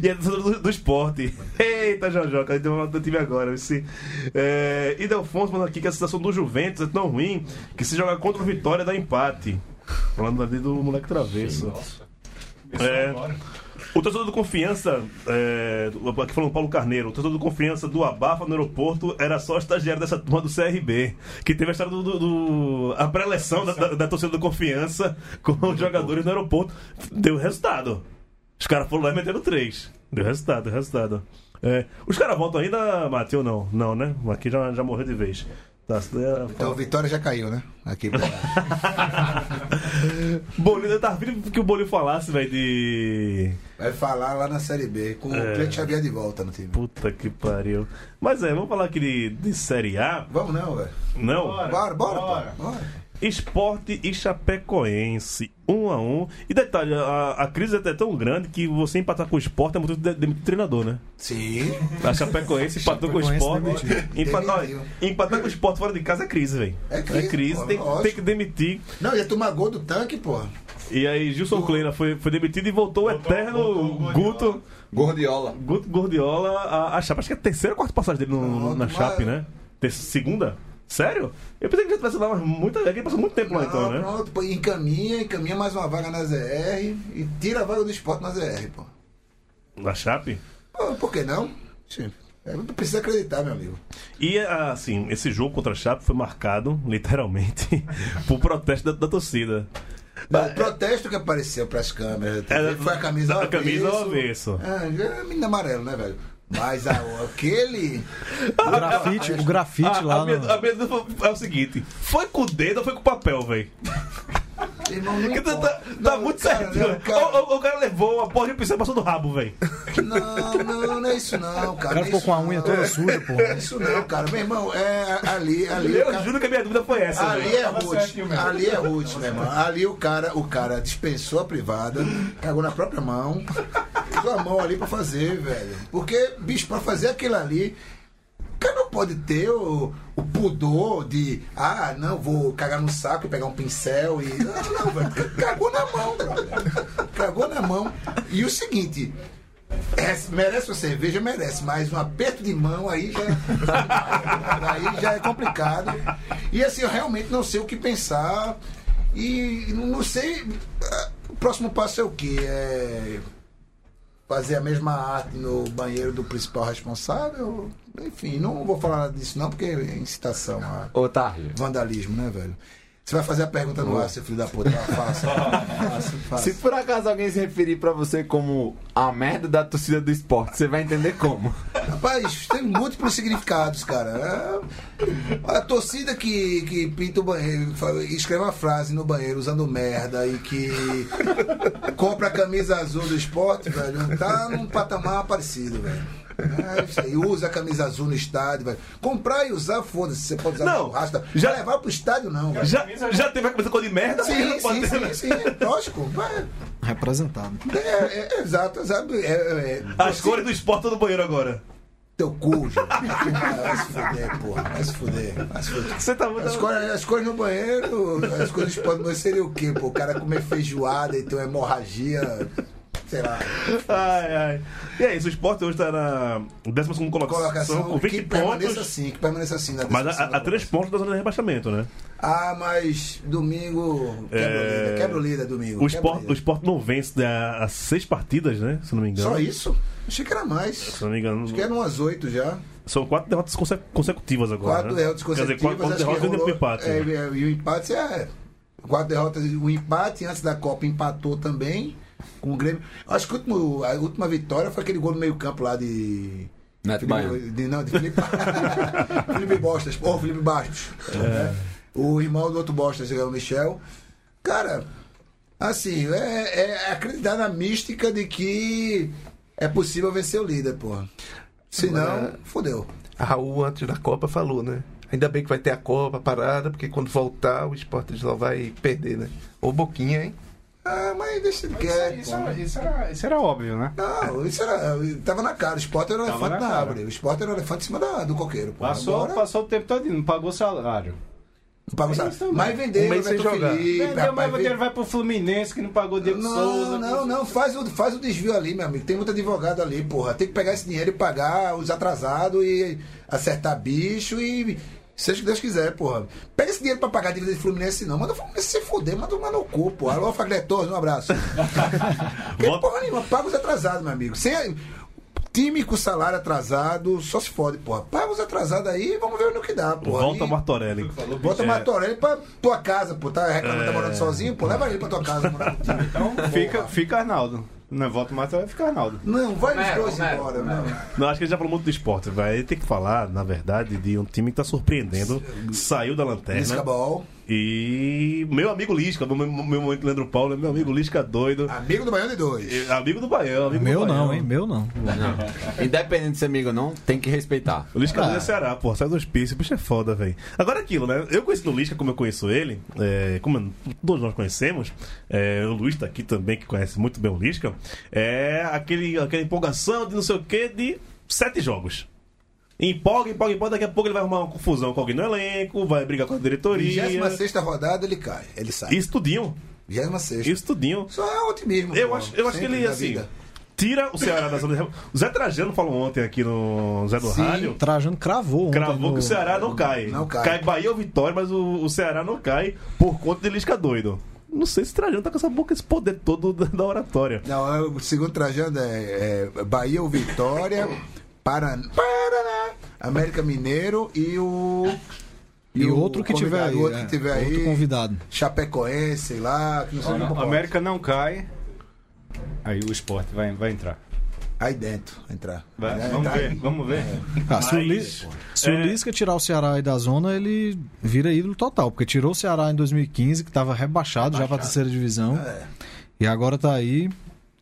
[SPEAKER 4] e é do, do, do esporte. Eita, Jojoca, deu uma do time agora. Esse, é, e Delfonso mandando aqui que a situação do Juventus é tão ruim que se jogar contra o Vitória dá empate. Falando ali do moleque travesso. É, o torcedor do Confiança, é, do- aqui falando Paulo Carneiro, o torcedor do Confiança do Abafa no aeroporto era só estagiário dessa turma do CRB, que teve a história do. do- do- a preleção da, da, da torcida do Confiança com os jogadores no aeroporto. Deu resultado. Os caras foram lá e meteram três. Deu resultado, deu resultado. É, os caras voltam ainda, Mati, ou não? Não, né? Aqui já, já morreu de vez. Tá, é,
[SPEAKER 7] Então, Vitória já caiu, né? Aqui pra...
[SPEAKER 4] Bolinho, eu tava vendo que o Bolinho falasse, velho, de. É.
[SPEAKER 7] Vai falar lá na Série B, com o Cleiton Xavier de volta no time.
[SPEAKER 4] Puta que pariu. Mas é, vamos falar aqui de, de Série A.
[SPEAKER 7] Vamos não, velho.
[SPEAKER 4] Não?
[SPEAKER 7] Bora, bora, bora. bora.
[SPEAKER 4] Esporte e Chapecoense, um a um. E detalhe, a, a crise é até tão grande que você empatar com o esporte é muito de, demitir treinador, né?
[SPEAKER 7] Sim.
[SPEAKER 4] A Chapecoense empatou com o esporte.
[SPEAKER 8] Chapecoense
[SPEAKER 4] Empatar,
[SPEAKER 7] Demitiu.
[SPEAKER 4] empatar com o esporte fora de casa é crise, velho.
[SPEAKER 7] É crise, pô,
[SPEAKER 4] tem,
[SPEAKER 7] lógico.
[SPEAKER 4] tem que demitir.
[SPEAKER 7] Não, ia tomar gol do tanque, porra.
[SPEAKER 4] E aí, Gilson Kleina foi, foi demitido e voltou o eterno Guto,
[SPEAKER 6] Gordiola.
[SPEAKER 4] Guto Gordiola a, a Chape. Acho que é a terceira ou quarta passagem dele no- no- na
[SPEAKER 7] Pronto,
[SPEAKER 4] Chape,
[SPEAKER 7] mas-
[SPEAKER 4] né? Ter- segunda? Sério? Eu pensei que já tivesse lá, mas muita, ele passou muito tempo lá então,
[SPEAKER 7] Não,
[SPEAKER 4] né?
[SPEAKER 7] Pronto, pô, encaminha, encaminha mais uma vaga na ZR e tira a vaga do esporte na ZR, pô.
[SPEAKER 4] Na Chape?
[SPEAKER 7] Pô, por que não? Sim. É, não precisa acreditar, meu amigo.
[SPEAKER 4] E ah, assim, esse jogo contra a Chape foi marcado, literalmente, por protesto da, da torcida.
[SPEAKER 7] o protesto que apareceu pras câmeras
[SPEAKER 4] Era-
[SPEAKER 7] foi a camisa ao
[SPEAKER 4] É, a camisa ao
[SPEAKER 7] avesso.
[SPEAKER 4] avesso.
[SPEAKER 7] É, é menino amarelo, né, velho? Mas a- aquele.
[SPEAKER 8] O grafite, o grafite
[SPEAKER 4] A,
[SPEAKER 8] lá.
[SPEAKER 4] a, minha,
[SPEAKER 8] no-
[SPEAKER 4] a minha dúvida foi- é o seguinte: foi com o dedo ou foi com o papel, velho?
[SPEAKER 7] Irmão, não
[SPEAKER 4] Tá,
[SPEAKER 7] importa.
[SPEAKER 4] tá-
[SPEAKER 7] Não,
[SPEAKER 4] tá muito
[SPEAKER 7] cara,
[SPEAKER 4] certo.
[SPEAKER 7] não,
[SPEAKER 4] né?
[SPEAKER 7] cara.
[SPEAKER 4] O, o- o cara levou uma porra de pincel e passou do rabo, velho.
[SPEAKER 7] Não, não, não é isso não, cara.
[SPEAKER 8] O cara
[SPEAKER 7] Não é
[SPEAKER 8] ficou
[SPEAKER 7] isso
[SPEAKER 8] com a unha
[SPEAKER 7] não.
[SPEAKER 8] toda suja, pô.
[SPEAKER 7] Não é isso não, cara. Meu irmão, é ali, ali. o
[SPEAKER 4] Eu
[SPEAKER 7] cara-
[SPEAKER 4] juro que a minha dúvida foi essa.
[SPEAKER 7] Ali
[SPEAKER 4] véi.
[SPEAKER 7] é Ruth, ali é Ruth, meu irmão. Ali o cara, o cara dispensou a privada, cagou na própria mão, usou a mão ali pra fazer, velho. Porque, bicho, pra fazer aquilo ali, o cara não pode ter o, o pudor de, ah, não, vou cagar no saco e pegar um pincel e. Não, não, velho. Cagou na mão, velho. Cagou na mão. E o seguinte. é, merece uma cerveja, merece, mas um aperto de mão aí já, aí já é complicado. E assim, eu realmente não sei o que pensar. E não sei. ah, O próximo passo é o quê? É fazer a mesma arte no banheiro do principal responsável? Enfim, não vou falar disso não, porque é incitação a
[SPEAKER 6] Ô, Tarja.
[SPEAKER 7] vandalismo, né, velho? Você vai fazer a pergunta no ar, seu filho da puta. Ah, Faça, faça,
[SPEAKER 6] Se
[SPEAKER 7] faça.
[SPEAKER 6] por acaso alguém se referir pra você como a merda da torcida do esporte, você vai entender como.
[SPEAKER 7] Rapaz, tem múltiplos significados, cara. É- A torcida que, que pinta o banheiro, fala- escreve uma frase no banheiro usando merda e que compra a camisa azul do esporte, velho, tá num patamar parecido, velho. É isso aí, usa a camisa azul no estádio, velho. Comprar e usar, foda-se, você pode usar
[SPEAKER 4] Não,
[SPEAKER 7] no rasta.
[SPEAKER 4] já-
[SPEAKER 7] Já levar pro estádio, não. velho.
[SPEAKER 4] Já, já teve a camisa com a de merda?
[SPEAKER 7] Sim,
[SPEAKER 4] Não pode
[SPEAKER 7] sim,
[SPEAKER 4] ter,
[SPEAKER 7] sim,
[SPEAKER 4] né?
[SPEAKER 7] sim, lógico. vai.
[SPEAKER 8] representado.
[SPEAKER 7] É, é, é, exato, exato. É, é,
[SPEAKER 4] As cores do esporte do banheiro agora.
[SPEAKER 7] Teu cu, gente. Vai se fuder, É, porra. Vai se fuder. Vai se fuder.
[SPEAKER 4] Você tá muito.
[SPEAKER 7] As coisas, as coisas no banheiro, as coisas podem banheiro seria o quê, pô? O cara comer feijoada e ter uma hemorragia, sei lá.
[SPEAKER 4] Ai, ai. E é isso, o esporte hoje tá na 12 colocação,
[SPEAKER 7] Colocação
[SPEAKER 4] com 20
[SPEAKER 7] que permaneça
[SPEAKER 4] pontos.
[SPEAKER 7] assim, que permaneça assim na
[SPEAKER 4] Mas
[SPEAKER 7] decisão
[SPEAKER 4] a, a
[SPEAKER 7] da
[SPEAKER 4] três pontos da zona de rebaixamento, né?
[SPEAKER 7] Ah, mas domingo. Quebra o
[SPEAKER 4] É.
[SPEAKER 7] líder, quebra o líder domingo.
[SPEAKER 4] O
[SPEAKER 7] quebra
[SPEAKER 4] esporte, o
[SPEAKER 7] líder.
[SPEAKER 4] esporte não vence né, há seis partidas, né? Se não me engano.
[SPEAKER 7] Só isso? Achei que era mais.
[SPEAKER 4] Se não me engano.
[SPEAKER 7] Acho que eram umas oito já.
[SPEAKER 4] São quatro derrotas conse- consecutivas agora.
[SPEAKER 7] Quatro
[SPEAKER 4] né?
[SPEAKER 7] derrotas
[SPEAKER 4] Quer dizer, quatro,
[SPEAKER 7] consecutivas.
[SPEAKER 4] quatro
[SPEAKER 7] acho que
[SPEAKER 4] derrotas e um
[SPEAKER 7] rolou-
[SPEAKER 4] empate.
[SPEAKER 7] é, é, e o empate é. Quatro derrotas e um empate. Antes da Copa empatou também com o Grêmio. Acho que o último- a última vitória foi aquele gol no meio-campo lá de.
[SPEAKER 6] Neto Baiano.
[SPEAKER 7] Felipe, de, não, de Felipe, Felipe Bostas. Pô, Felipe Bastos.
[SPEAKER 4] É.
[SPEAKER 7] né? O irmão do outro Bostas, que é o Michel. Cara, assim, é, é acreditar na mística de que é possível vencer o líder, porra. Se não,
[SPEAKER 6] é.
[SPEAKER 13] Agora-
[SPEAKER 7] fodeu.
[SPEAKER 13] É. A Raul, antes da Copa, falou, né? Ainda bem que vai ter a Copa parada, porque quando voltar o esporte só vai perder, né? Ô Boquinha, hein?
[SPEAKER 7] Ah, mas deixa de quieto.
[SPEAKER 5] Isso,
[SPEAKER 7] pô.
[SPEAKER 5] era- isso, era, isso era óbvio, né?
[SPEAKER 7] Não, isso era. Tava na cara. O Sport era o
[SPEAKER 5] Tava
[SPEAKER 7] elefante
[SPEAKER 5] na
[SPEAKER 7] na,
[SPEAKER 5] cara.
[SPEAKER 7] árvore. O Sport era o elefante em cima da, do coqueiro. Pô.
[SPEAKER 5] Passou,
[SPEAKER 7] Agora,
[SPEAKER 5] passou o tempo todo, não pagou salário.
[SPEAKER 7] não paga o salário.
[SPEAKER 5] Eles também.
[SPEAKER 7] Mas vendeu,
[SPEAKER 13] Um mês sem
[SPEAKER 7] Everton
[SPEAKER 13] jogar.
[SPEAKER 7] Felipe,
[SPEAKER 5] Vendeu, mas
[SPEAKER 7] rapaz,
[SPEAKER 5] o dinheiro vai pro Fluminense, que não pagou o Diego Souza. assim.
[SPEAKER 7] Não, não, não. Faz o, faz o desvio ali, meu amigo. Tem muito advogado ali, porra. Tem que pegar esse dinheiro e pagar os atrasados e acertar bicho e. Seja o que Deus quiser, porra. Pega esse dinheiro pra pagar a dívida de Fluminense, não. Manda o Fluminense se foder, manda tomar no cu, porra. Alô, Fagletor, um abraço. Que
[SPEAKER 4] Volta-
[SPEAKER 7] porra nenhuma, paga os atrasados, meu amigo. Sem time com salário atrasado, só se fode, porra. Paga os atrasados aí e vamos ver no que dá, porra.
[SPEAKER 4] Volta
[SPEAKER 7] E-
[SPEAKER 4] Martorelli.
[SPEAKER 7] Bota o Martorelli pra tua casa, pô. Tá reclamando,
[SPEAKER 5] É.
[SPEAKER 7] tá morando sozinho, pô. Leva ele pra tua casa morar com o time. Então,
[SPEAKER 5] Fica,
[SPEAKER 7] porra.
[SPEAKER 5] fica Arnaldo. Não, é volta o Matheus, fica Arnaldo.
[SPEAKER 7] Não, é? vai os
[SPEAKER 3] Romero,
[SPEAKER 7] dois
[SPEAKER 3] Romero,
[SPEAKER 7] embora,
[SPEAKER 3] Romero.
[SPEAKER 7] não.
[SPEAKER 4] Não, acho que ele já falou muito do esporte, vai. Ele tem que falar, na verdade, de um time que tá surpreendendo. Saiu da lanterna.
[SPEAKER 7] Liscabal,
[SPEAKER 4] E meu amigo Lisca, meu, meu momento Leandro Paulo, meu amigo Lisca doido.
[SPEAKER 7] amigo do Baiano de dois.
[SPEAKER 4] E- Amigo do Baião, amigo
[SPEAKER 8] Meu
[SPEAKER 4] do Baião.
[SPEAKER 8] não, hein? Meu não.
[SPEAKER 6] Independente de ser amigo ou não, tem que respeitar.
[SPEAKER 4] O Lisca é Ceará, pô, sai do hospício, bicho é foda, velho. Agora é aquilo, né? Eu conheci o Lisca como eu conheço ele, é, como todos nós conhecemos, é, o Luiz tá aqui também, que conhece muito bem o Lisca, é aquele, aquela empolgação de não sei o quê de sete jogos. Empolga, empolga, empolga, daqui a pouco ele vai arrumar uma confusão com alguém no elenco, vai brigar com a diretoria.
[SPEAKER 7] 26 rodada ele cai, ele sai.
[SPEAKER 4] Isso tudinho,
[SPEAKER 7] 26.
[SPEAKER 4] isso tudinho.
[SPEAKER 7] Só é otimismo.
[SPEAKER 4] Eu
[SPEAKER 7] pô.
[SPEAKER 4] acho, eu acho que
[SPEAKER 7] Sempre
[SPEAKER 4] ele,
[SPEAKER 7] na
[SPEAKER 4] assim,
[SPEAKER 7] vida.
[SPEAKER 4] tira o Ceará da zona de... rebaixamento. O Zé Trajano falou ontem aqui Tá no Zé do Rádio...
[SPEAKER 8] Trajano cravou ontem
[SPEAKER 4] Cravou
[SPEAKER 8] no-
[SPEAKER 4] que o Ceará não cai.
[SPEAKER 7] Não cai.
[SPEAKER 4] Bahia ou Vitória, mas o, o Ceará não cai por conta de Lisca doido. Não sei se Trajano tá com essa boca, esse poder todo da, da oratória.
[SPEAKER 7] Não, é, o segundo Trajano é, é Bahia ou Vitória, Paraná, Paraná, América Mineiro e o.
[SPEAKER 8] E outro que tiver
[SPEAKER 7] convidado,
[SPEAKER 8] aí.
[SPEAKER 7] outro
[SPEAKER 8] é,
[SPEAKER 7] que tiver
[SPEAKER 8] outro
[SPEAKER 7] aí.
[SPEAKER 8] convidado.
[SPEAKER 7] Chapecoense, sei lá, que não sei como.
[SPEAKER 5] América não cai. Aí o esporte vai, vai entrar.
[SPEAKER 7] Aí dentro, entrar.
[SPEAKER 5] Vai,
[SPEAKER 7] Aí
[SPEAKER 5] vamos
[SPEAKER 7] tá
[SPEAKER 5] ver,
[SPEAKER 7] aí.
[SPEAKER 5] vamos ver.
[SPEAKER 8] Ah, se o, Li- se o
[SPEAKER 4] é-
[SPEAKER 8] Lisca tirar o Ceará aí da zona, ele vira ídolo total, porque tirou o Ceará em 2015, que tava rebaixado, já pra terceira divisão.
[SPEAKER 7] É.
[SPEAKER 8] E agora tá aí.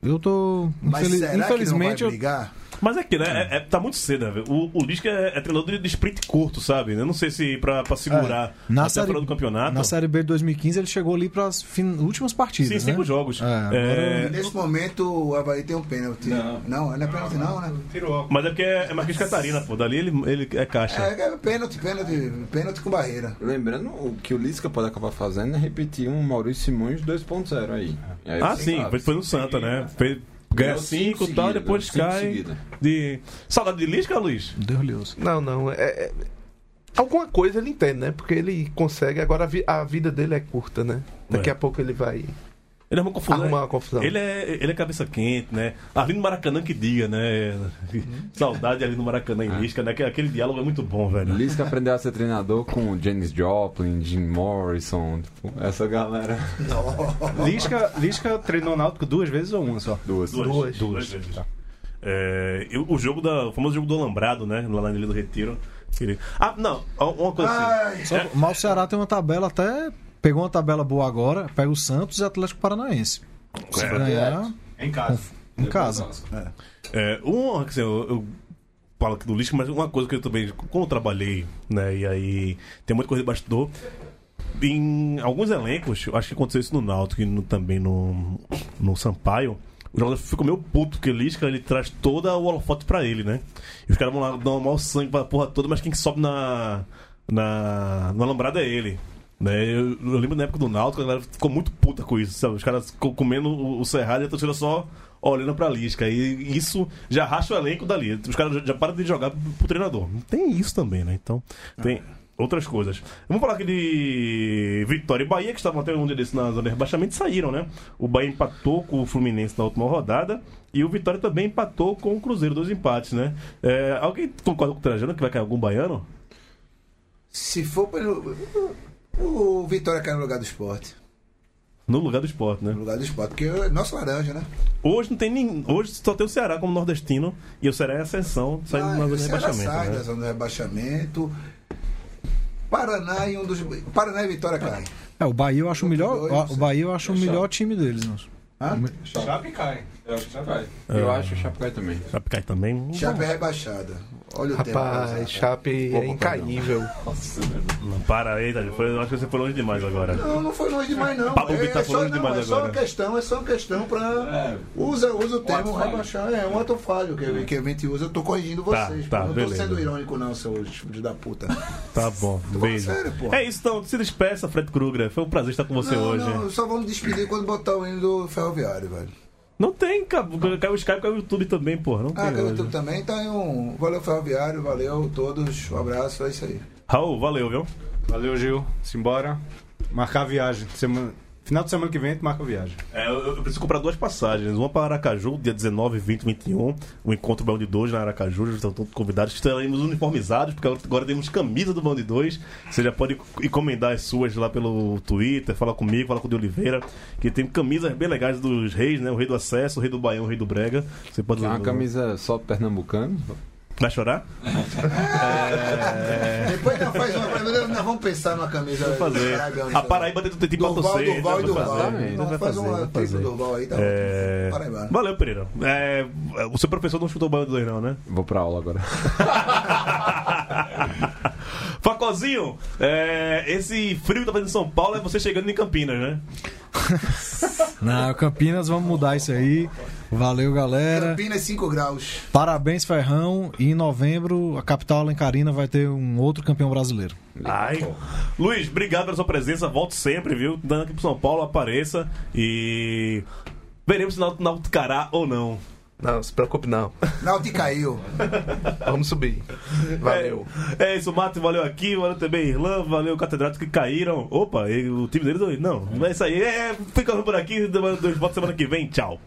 [SPEAKER 8] Eu tô.
[SPEAKER 7] Mas
[SPEAKER 8] infeliz-
[SPEAKER 7] será
[SPEAKER 8] Infelizmente,
[SPEAKER 7] que não vai
[SPEAKER 8] eu.
[SPEAKER 7] brigar?
[SPEAKER 4] Mas é aquilo, né? É- é- tá muito cedo, né? velho? O, o Lisca é, é treinador de, de sprint curto, sabe? Eu não sei se pra, pra segurar
[SPEAKER 8] É. Na
[SPEAKER 4] até o
[SPEAKER 8] série,
[SPEAKER 4] final do campeonato.
[SPEAKER 8] na Série B de 2015, ele chegou ali pras fin- últimas partidas.
[SPEAKER 4] Sim, cinco
[SPEAKER 8] né?
[SPEAKER 4] jogos.
[SPEAKER 8] É, agora-
[SPEAKER 4] É,
[SPEAKER 7] Nesse momento o Havaí tem um pênalti. Não, não, é pênalti, não, né?
[SPEAKER 5] Tirou.
[SPEAKER 4] mas é porque é, é Marquinhos Catarina, pô. Dali ele, ele é caixa.
[SPEAKER 7] É, é pênalti, pênalti, pênalti com barreira.
[SPEAKER 6] Lembrando, o que o Lisca pode acabar fazendo é repetir um Maurício Simões 2.0 aí. E aí
[SPEAKER 4] Ah,
[SPEAKER 6] você
[SPEAKER 4] sim,
[SPEAKER 6] sabe.
[SPEAKER 4] foi, foi no Santa, né? Fez, ganha
[SPEAKER 6] Ganhou
[SPEAKER 4] cinco
[SPEAKER 6] cinco
[SPEAKER 4] e tal,
[SPEAKER 6] seguida,
[SPEAKER 4] depois
[SPEAKER 6] cinco
[SPEAKER 4] cai.
[SPEAKER 6] seguida.
[SPEAKER 4] De... Saudade de Lisca, Luiz?
[SPEAKER 8] Deus lhe ouça.
[SPEAKER 13] Não, não. É, é- Alguma coisa ele entende, né? Porque ele consegue. Agora a, vi- a vida dele é curta, né? Daqui
[SPEAKER 4] É.
[SPEAKER 13] a pouco ele vai
[SPEAKER 4] Ele é uma confusão.
[SPEAKER 13] arrumar uma confusão.
[SPEAKER 4] Ele é, ele é cabeça quente, né? Arlindo Maracanã que diga, né? Saudade ali no Maracanã em Lisca, né? Que- Aquele diálogo é muito bom, velho.
[SPEAKER 6] Lisca aprendeu a ser treinador com o James Joplin, Jim Morrison, tipo, essa galera.
[SPEAKER 5] Lisca, Lisca treinou o Náutico duas vezes ou uma só?
[SPEAKER 6] Duas.
[SPEAKER 4] Duas. Duas vezes. É, e o jogo da. O famoso jogo do Alambrado, né? Lá na Ilha do Retiro. Ele- Ah, não, uma coisa assim.
[SPEAKER 7] Ai,
[SPEAKER 8] Só, Mas o Ceará tem uma tabela até. Pegou uma tabela boa agora, pega o Santos e Atlético Paranaense. Se
[SPEAKER 4] É.
[SPEAKER 8] ganhar,
[SPEAKER 5] Em casa.
[SPEAKER 8] em casa.
[SPEAKER 4] É, um, assim, eu, eu falo aqui do lixo, mas uma coisa que eu também, como eu trabalhei, né, e aí tem muita coisa de bastidor, em alguns elencos, eu acho que aconteceu isso no Náutico e no- também no, no Sampaio. O jogador ficou meio puto, porque o Lisca ele traz toda o holofote pra ele, né? E os caras vão lá dar o mau sangue pra porra toda, mas quem que sobe na, na, na lambrada é ele. Né? Eu, eu lembro na época do Náutico, a galera ficou muito puta com isso, sabe? Os caras co- comendo o, o Cerrado e a torcida só olhando pra Lisca. E isso já racha o elenco dali. Os caras já, já param de jogar pro, pro treinador. Tem isso também, né? Então, tem outras coisas. Vamos falar aqui de Vitória e Bahia, que estavam até um dia desse na zona de rebaixamento, e saíram, né? O Bahia empatou com o Fluminense na última rodada e o Vitória também empatou com o Cruzeiro, dois empates, né? É, alguém concorda com o Trajano que vai cair algum baiano?
[SPEAKER 7] Se for pelo. O Vitória cai no lugar do esporte.
[SPEAKER 4] No lugar do esporte, né? No
[SPEAKER 7] lugar do esporte, porque é nosso laranja, né?
[SPEAKER 4] Hoje não tem nem. Hoje só tem o Ceará como nordestino e o Ceará é ascensão, saindo
[SPEAKER 13] um
[SPEAKER 4] na zona de
[SPEAKER 7] Ah, Ceará
[SPEAKER 4] rebaixamento.
[SPEAKER 7] sai
[SPEAKER 4] né?
[SPEAKER 7] da zona de rebaixamento. Paraná e um dos. Paraná e Vitória cai.
[SPEAKER 8] É, o Bahia eu acho o melhor.
[SPEAKER 7] dois,
[SPEAKER 8] O Bahia eu acho o melhor time deles, né?
[SPEAKER 4] Hum.
[SPEAKER 5] Chape cai. Eu acho que já vai.
[SPEAKER 4] É.
[SPEAKER 6] Eu acho o Chapecoense também.
[SPEAKER 4] Chapecoense também.
[SPEAKER 7] Chape é rebaixada. Olha o tempo. né?
[SPEAKER 13] Rapaz, Chape é incaível.
[SPEAKER 4] Não, para aí, Tadeu. Foi- Eu acho que você foi longe demais agora.
[SPEAKER 7] Não, não foi longe demais, não.
[SPEAKER 4] Pablo Vittar
[SPEAKER 7] é
[SPEAKER 4] foi longe
[SPEAKER 7] não,
[SPEAKER 4] demais
[SPEAKER 7] é só
[SPEAKER 4] agora.
[SPEAKER 7] uma questão, é só uma
[SPEAKER 5] É.
[SPEAKER 7] questão pra. Usa, usa o termo rebaixar. É um ato falho que, que a gente usa. Eu tô corrigindo
[SPEAKER 4] Tá,
[SPEAKER 7] vocês. pô.
[SPEAKER 4] tá,
[SPEAKER 7] não
[SPEAKER 4] beleza.
[SPEAKER 7] tô sendo irônico, não, seus filhos da puta.
[SPEAKER 4] Tá bom, beijo.
[SPEAKER 7] sério, pô.
[SPEAKER 4] É isso, então. Se despeça, Fred Kruger. Foi um prazer estar com você
[SPEAKER 7] não,
[SPEAKER 4] hoje.
[SPEAKER 7] não, só vamos despedir quando botar o hino do ferroviário, velho.
[SPEAKER 4] Não tem, ca- caiu o Skype, caiu o YouTube também, porra. Não
[SPEAKER 7] Ah,
[SPEAKER 4] tem
[SPEAKER 7] que eu
[SPEAKER 4] hoje.
[SPEAKER 7] tô- também tá em um. Valeu, ferroviário, valeu todos. Um abraço, é isso aí.
[SPEAKER 4] Raul, valeu, viu?
[SPEAKER 5] Valeu, Gil. Simbora. Marcar a viagem. Semana... Final de semana que vem, a gente marca a viagem.
[SPEAKER 4] É, eu, eu preciso comprar duas passagens. Uma para Aracaju, dia 19, 20, 21. O encontro Bão de 2 na Aracaju. Já estão todos convidados. Estaremos uniformizados, porque agora temos camisa do Bão de 2. Você já pode encomendar as suas lá pelo Twitter. Fala comigo, fala com o de Oliveira. Que tem camisas bem legais dos reis, né? O rei do acesso, o rei do Baião, o rei do Brega. Você pode
[SPEAKER 6] Tem uma camisa só pernambucana.
[SPEAKER 4] Vai chorar?
[SPEAKER 7] Depois nós faz uma primeira, nós vamos pensar numa camisa.
[SPEAKER 4] Vamos fazer.
[SPEAKER 7] Paraibana,
[SPEAKER 4] A
[SPEAKER 7] então.
[SPEAKER 4] Paraíba dentro do Teti
[SPEAKER 7] Durval,
[SPEAKER 4] Patocê.
[SPEAKER 7] Durval e
[SPEAKER 4] então Vai
[SPEAKER 7] Durval.
[SPEAKER 4] fazer.
[SPEAKER 7] Vamos
[SPEAKER 4] Vai
[SPEAKER 7] fazer
[SPEAKER 4] fazer,
[SPEAKER 7] uma
[SPEAKER 4] vai
[SPEAKER 7] tripla
[SPEAKER 4] fazer.
[SPEAKER 7] Durval aí, tá
[SPEAKER 4] É,
[SPEAKER 7] Paraibana.
[SPEAKER 4] Valeu, Pereira. É, O seu professor não chutou o Baião de 2, não, né?
[SPEAKER 6] Vou pra aula agora.
[SPEAKER 4] Facozinho, é, esse frio que tá fazendo em São Paulo é você chegando em Campinas, né?
[SPEAKER 8] Na Campinas, vamos mudar isso aí. Valeu, galera.
[SPEAKER 7] Campinas 5 graus.
[SPEAKER 8] Parabéns, Ferrão. E em novembro, a capital alencarina vai ter um outro campeão brasileiro.
[SPEAKER 4] Ai. Luiz, obrigado pela sua presença. Volto sempre, viu? Dando aqui pro São Paulo, apareça e. Veremos se Náutico Náutico cará ou não.
[SPEAKER 13] Não, se preocupe não.
[SPEAKER 7] Nauti caiu.
[SPEAKER 13] Vamos subir. Valeu.
[SPEAKER 4] É isso, Mato, valeu aqui, valeu também Irlan, valeu Catedrático que caíram. Opa, e o time deles não. Não, é isso aí. É, ficando por aqui, dois votos semana que vem. Tchau.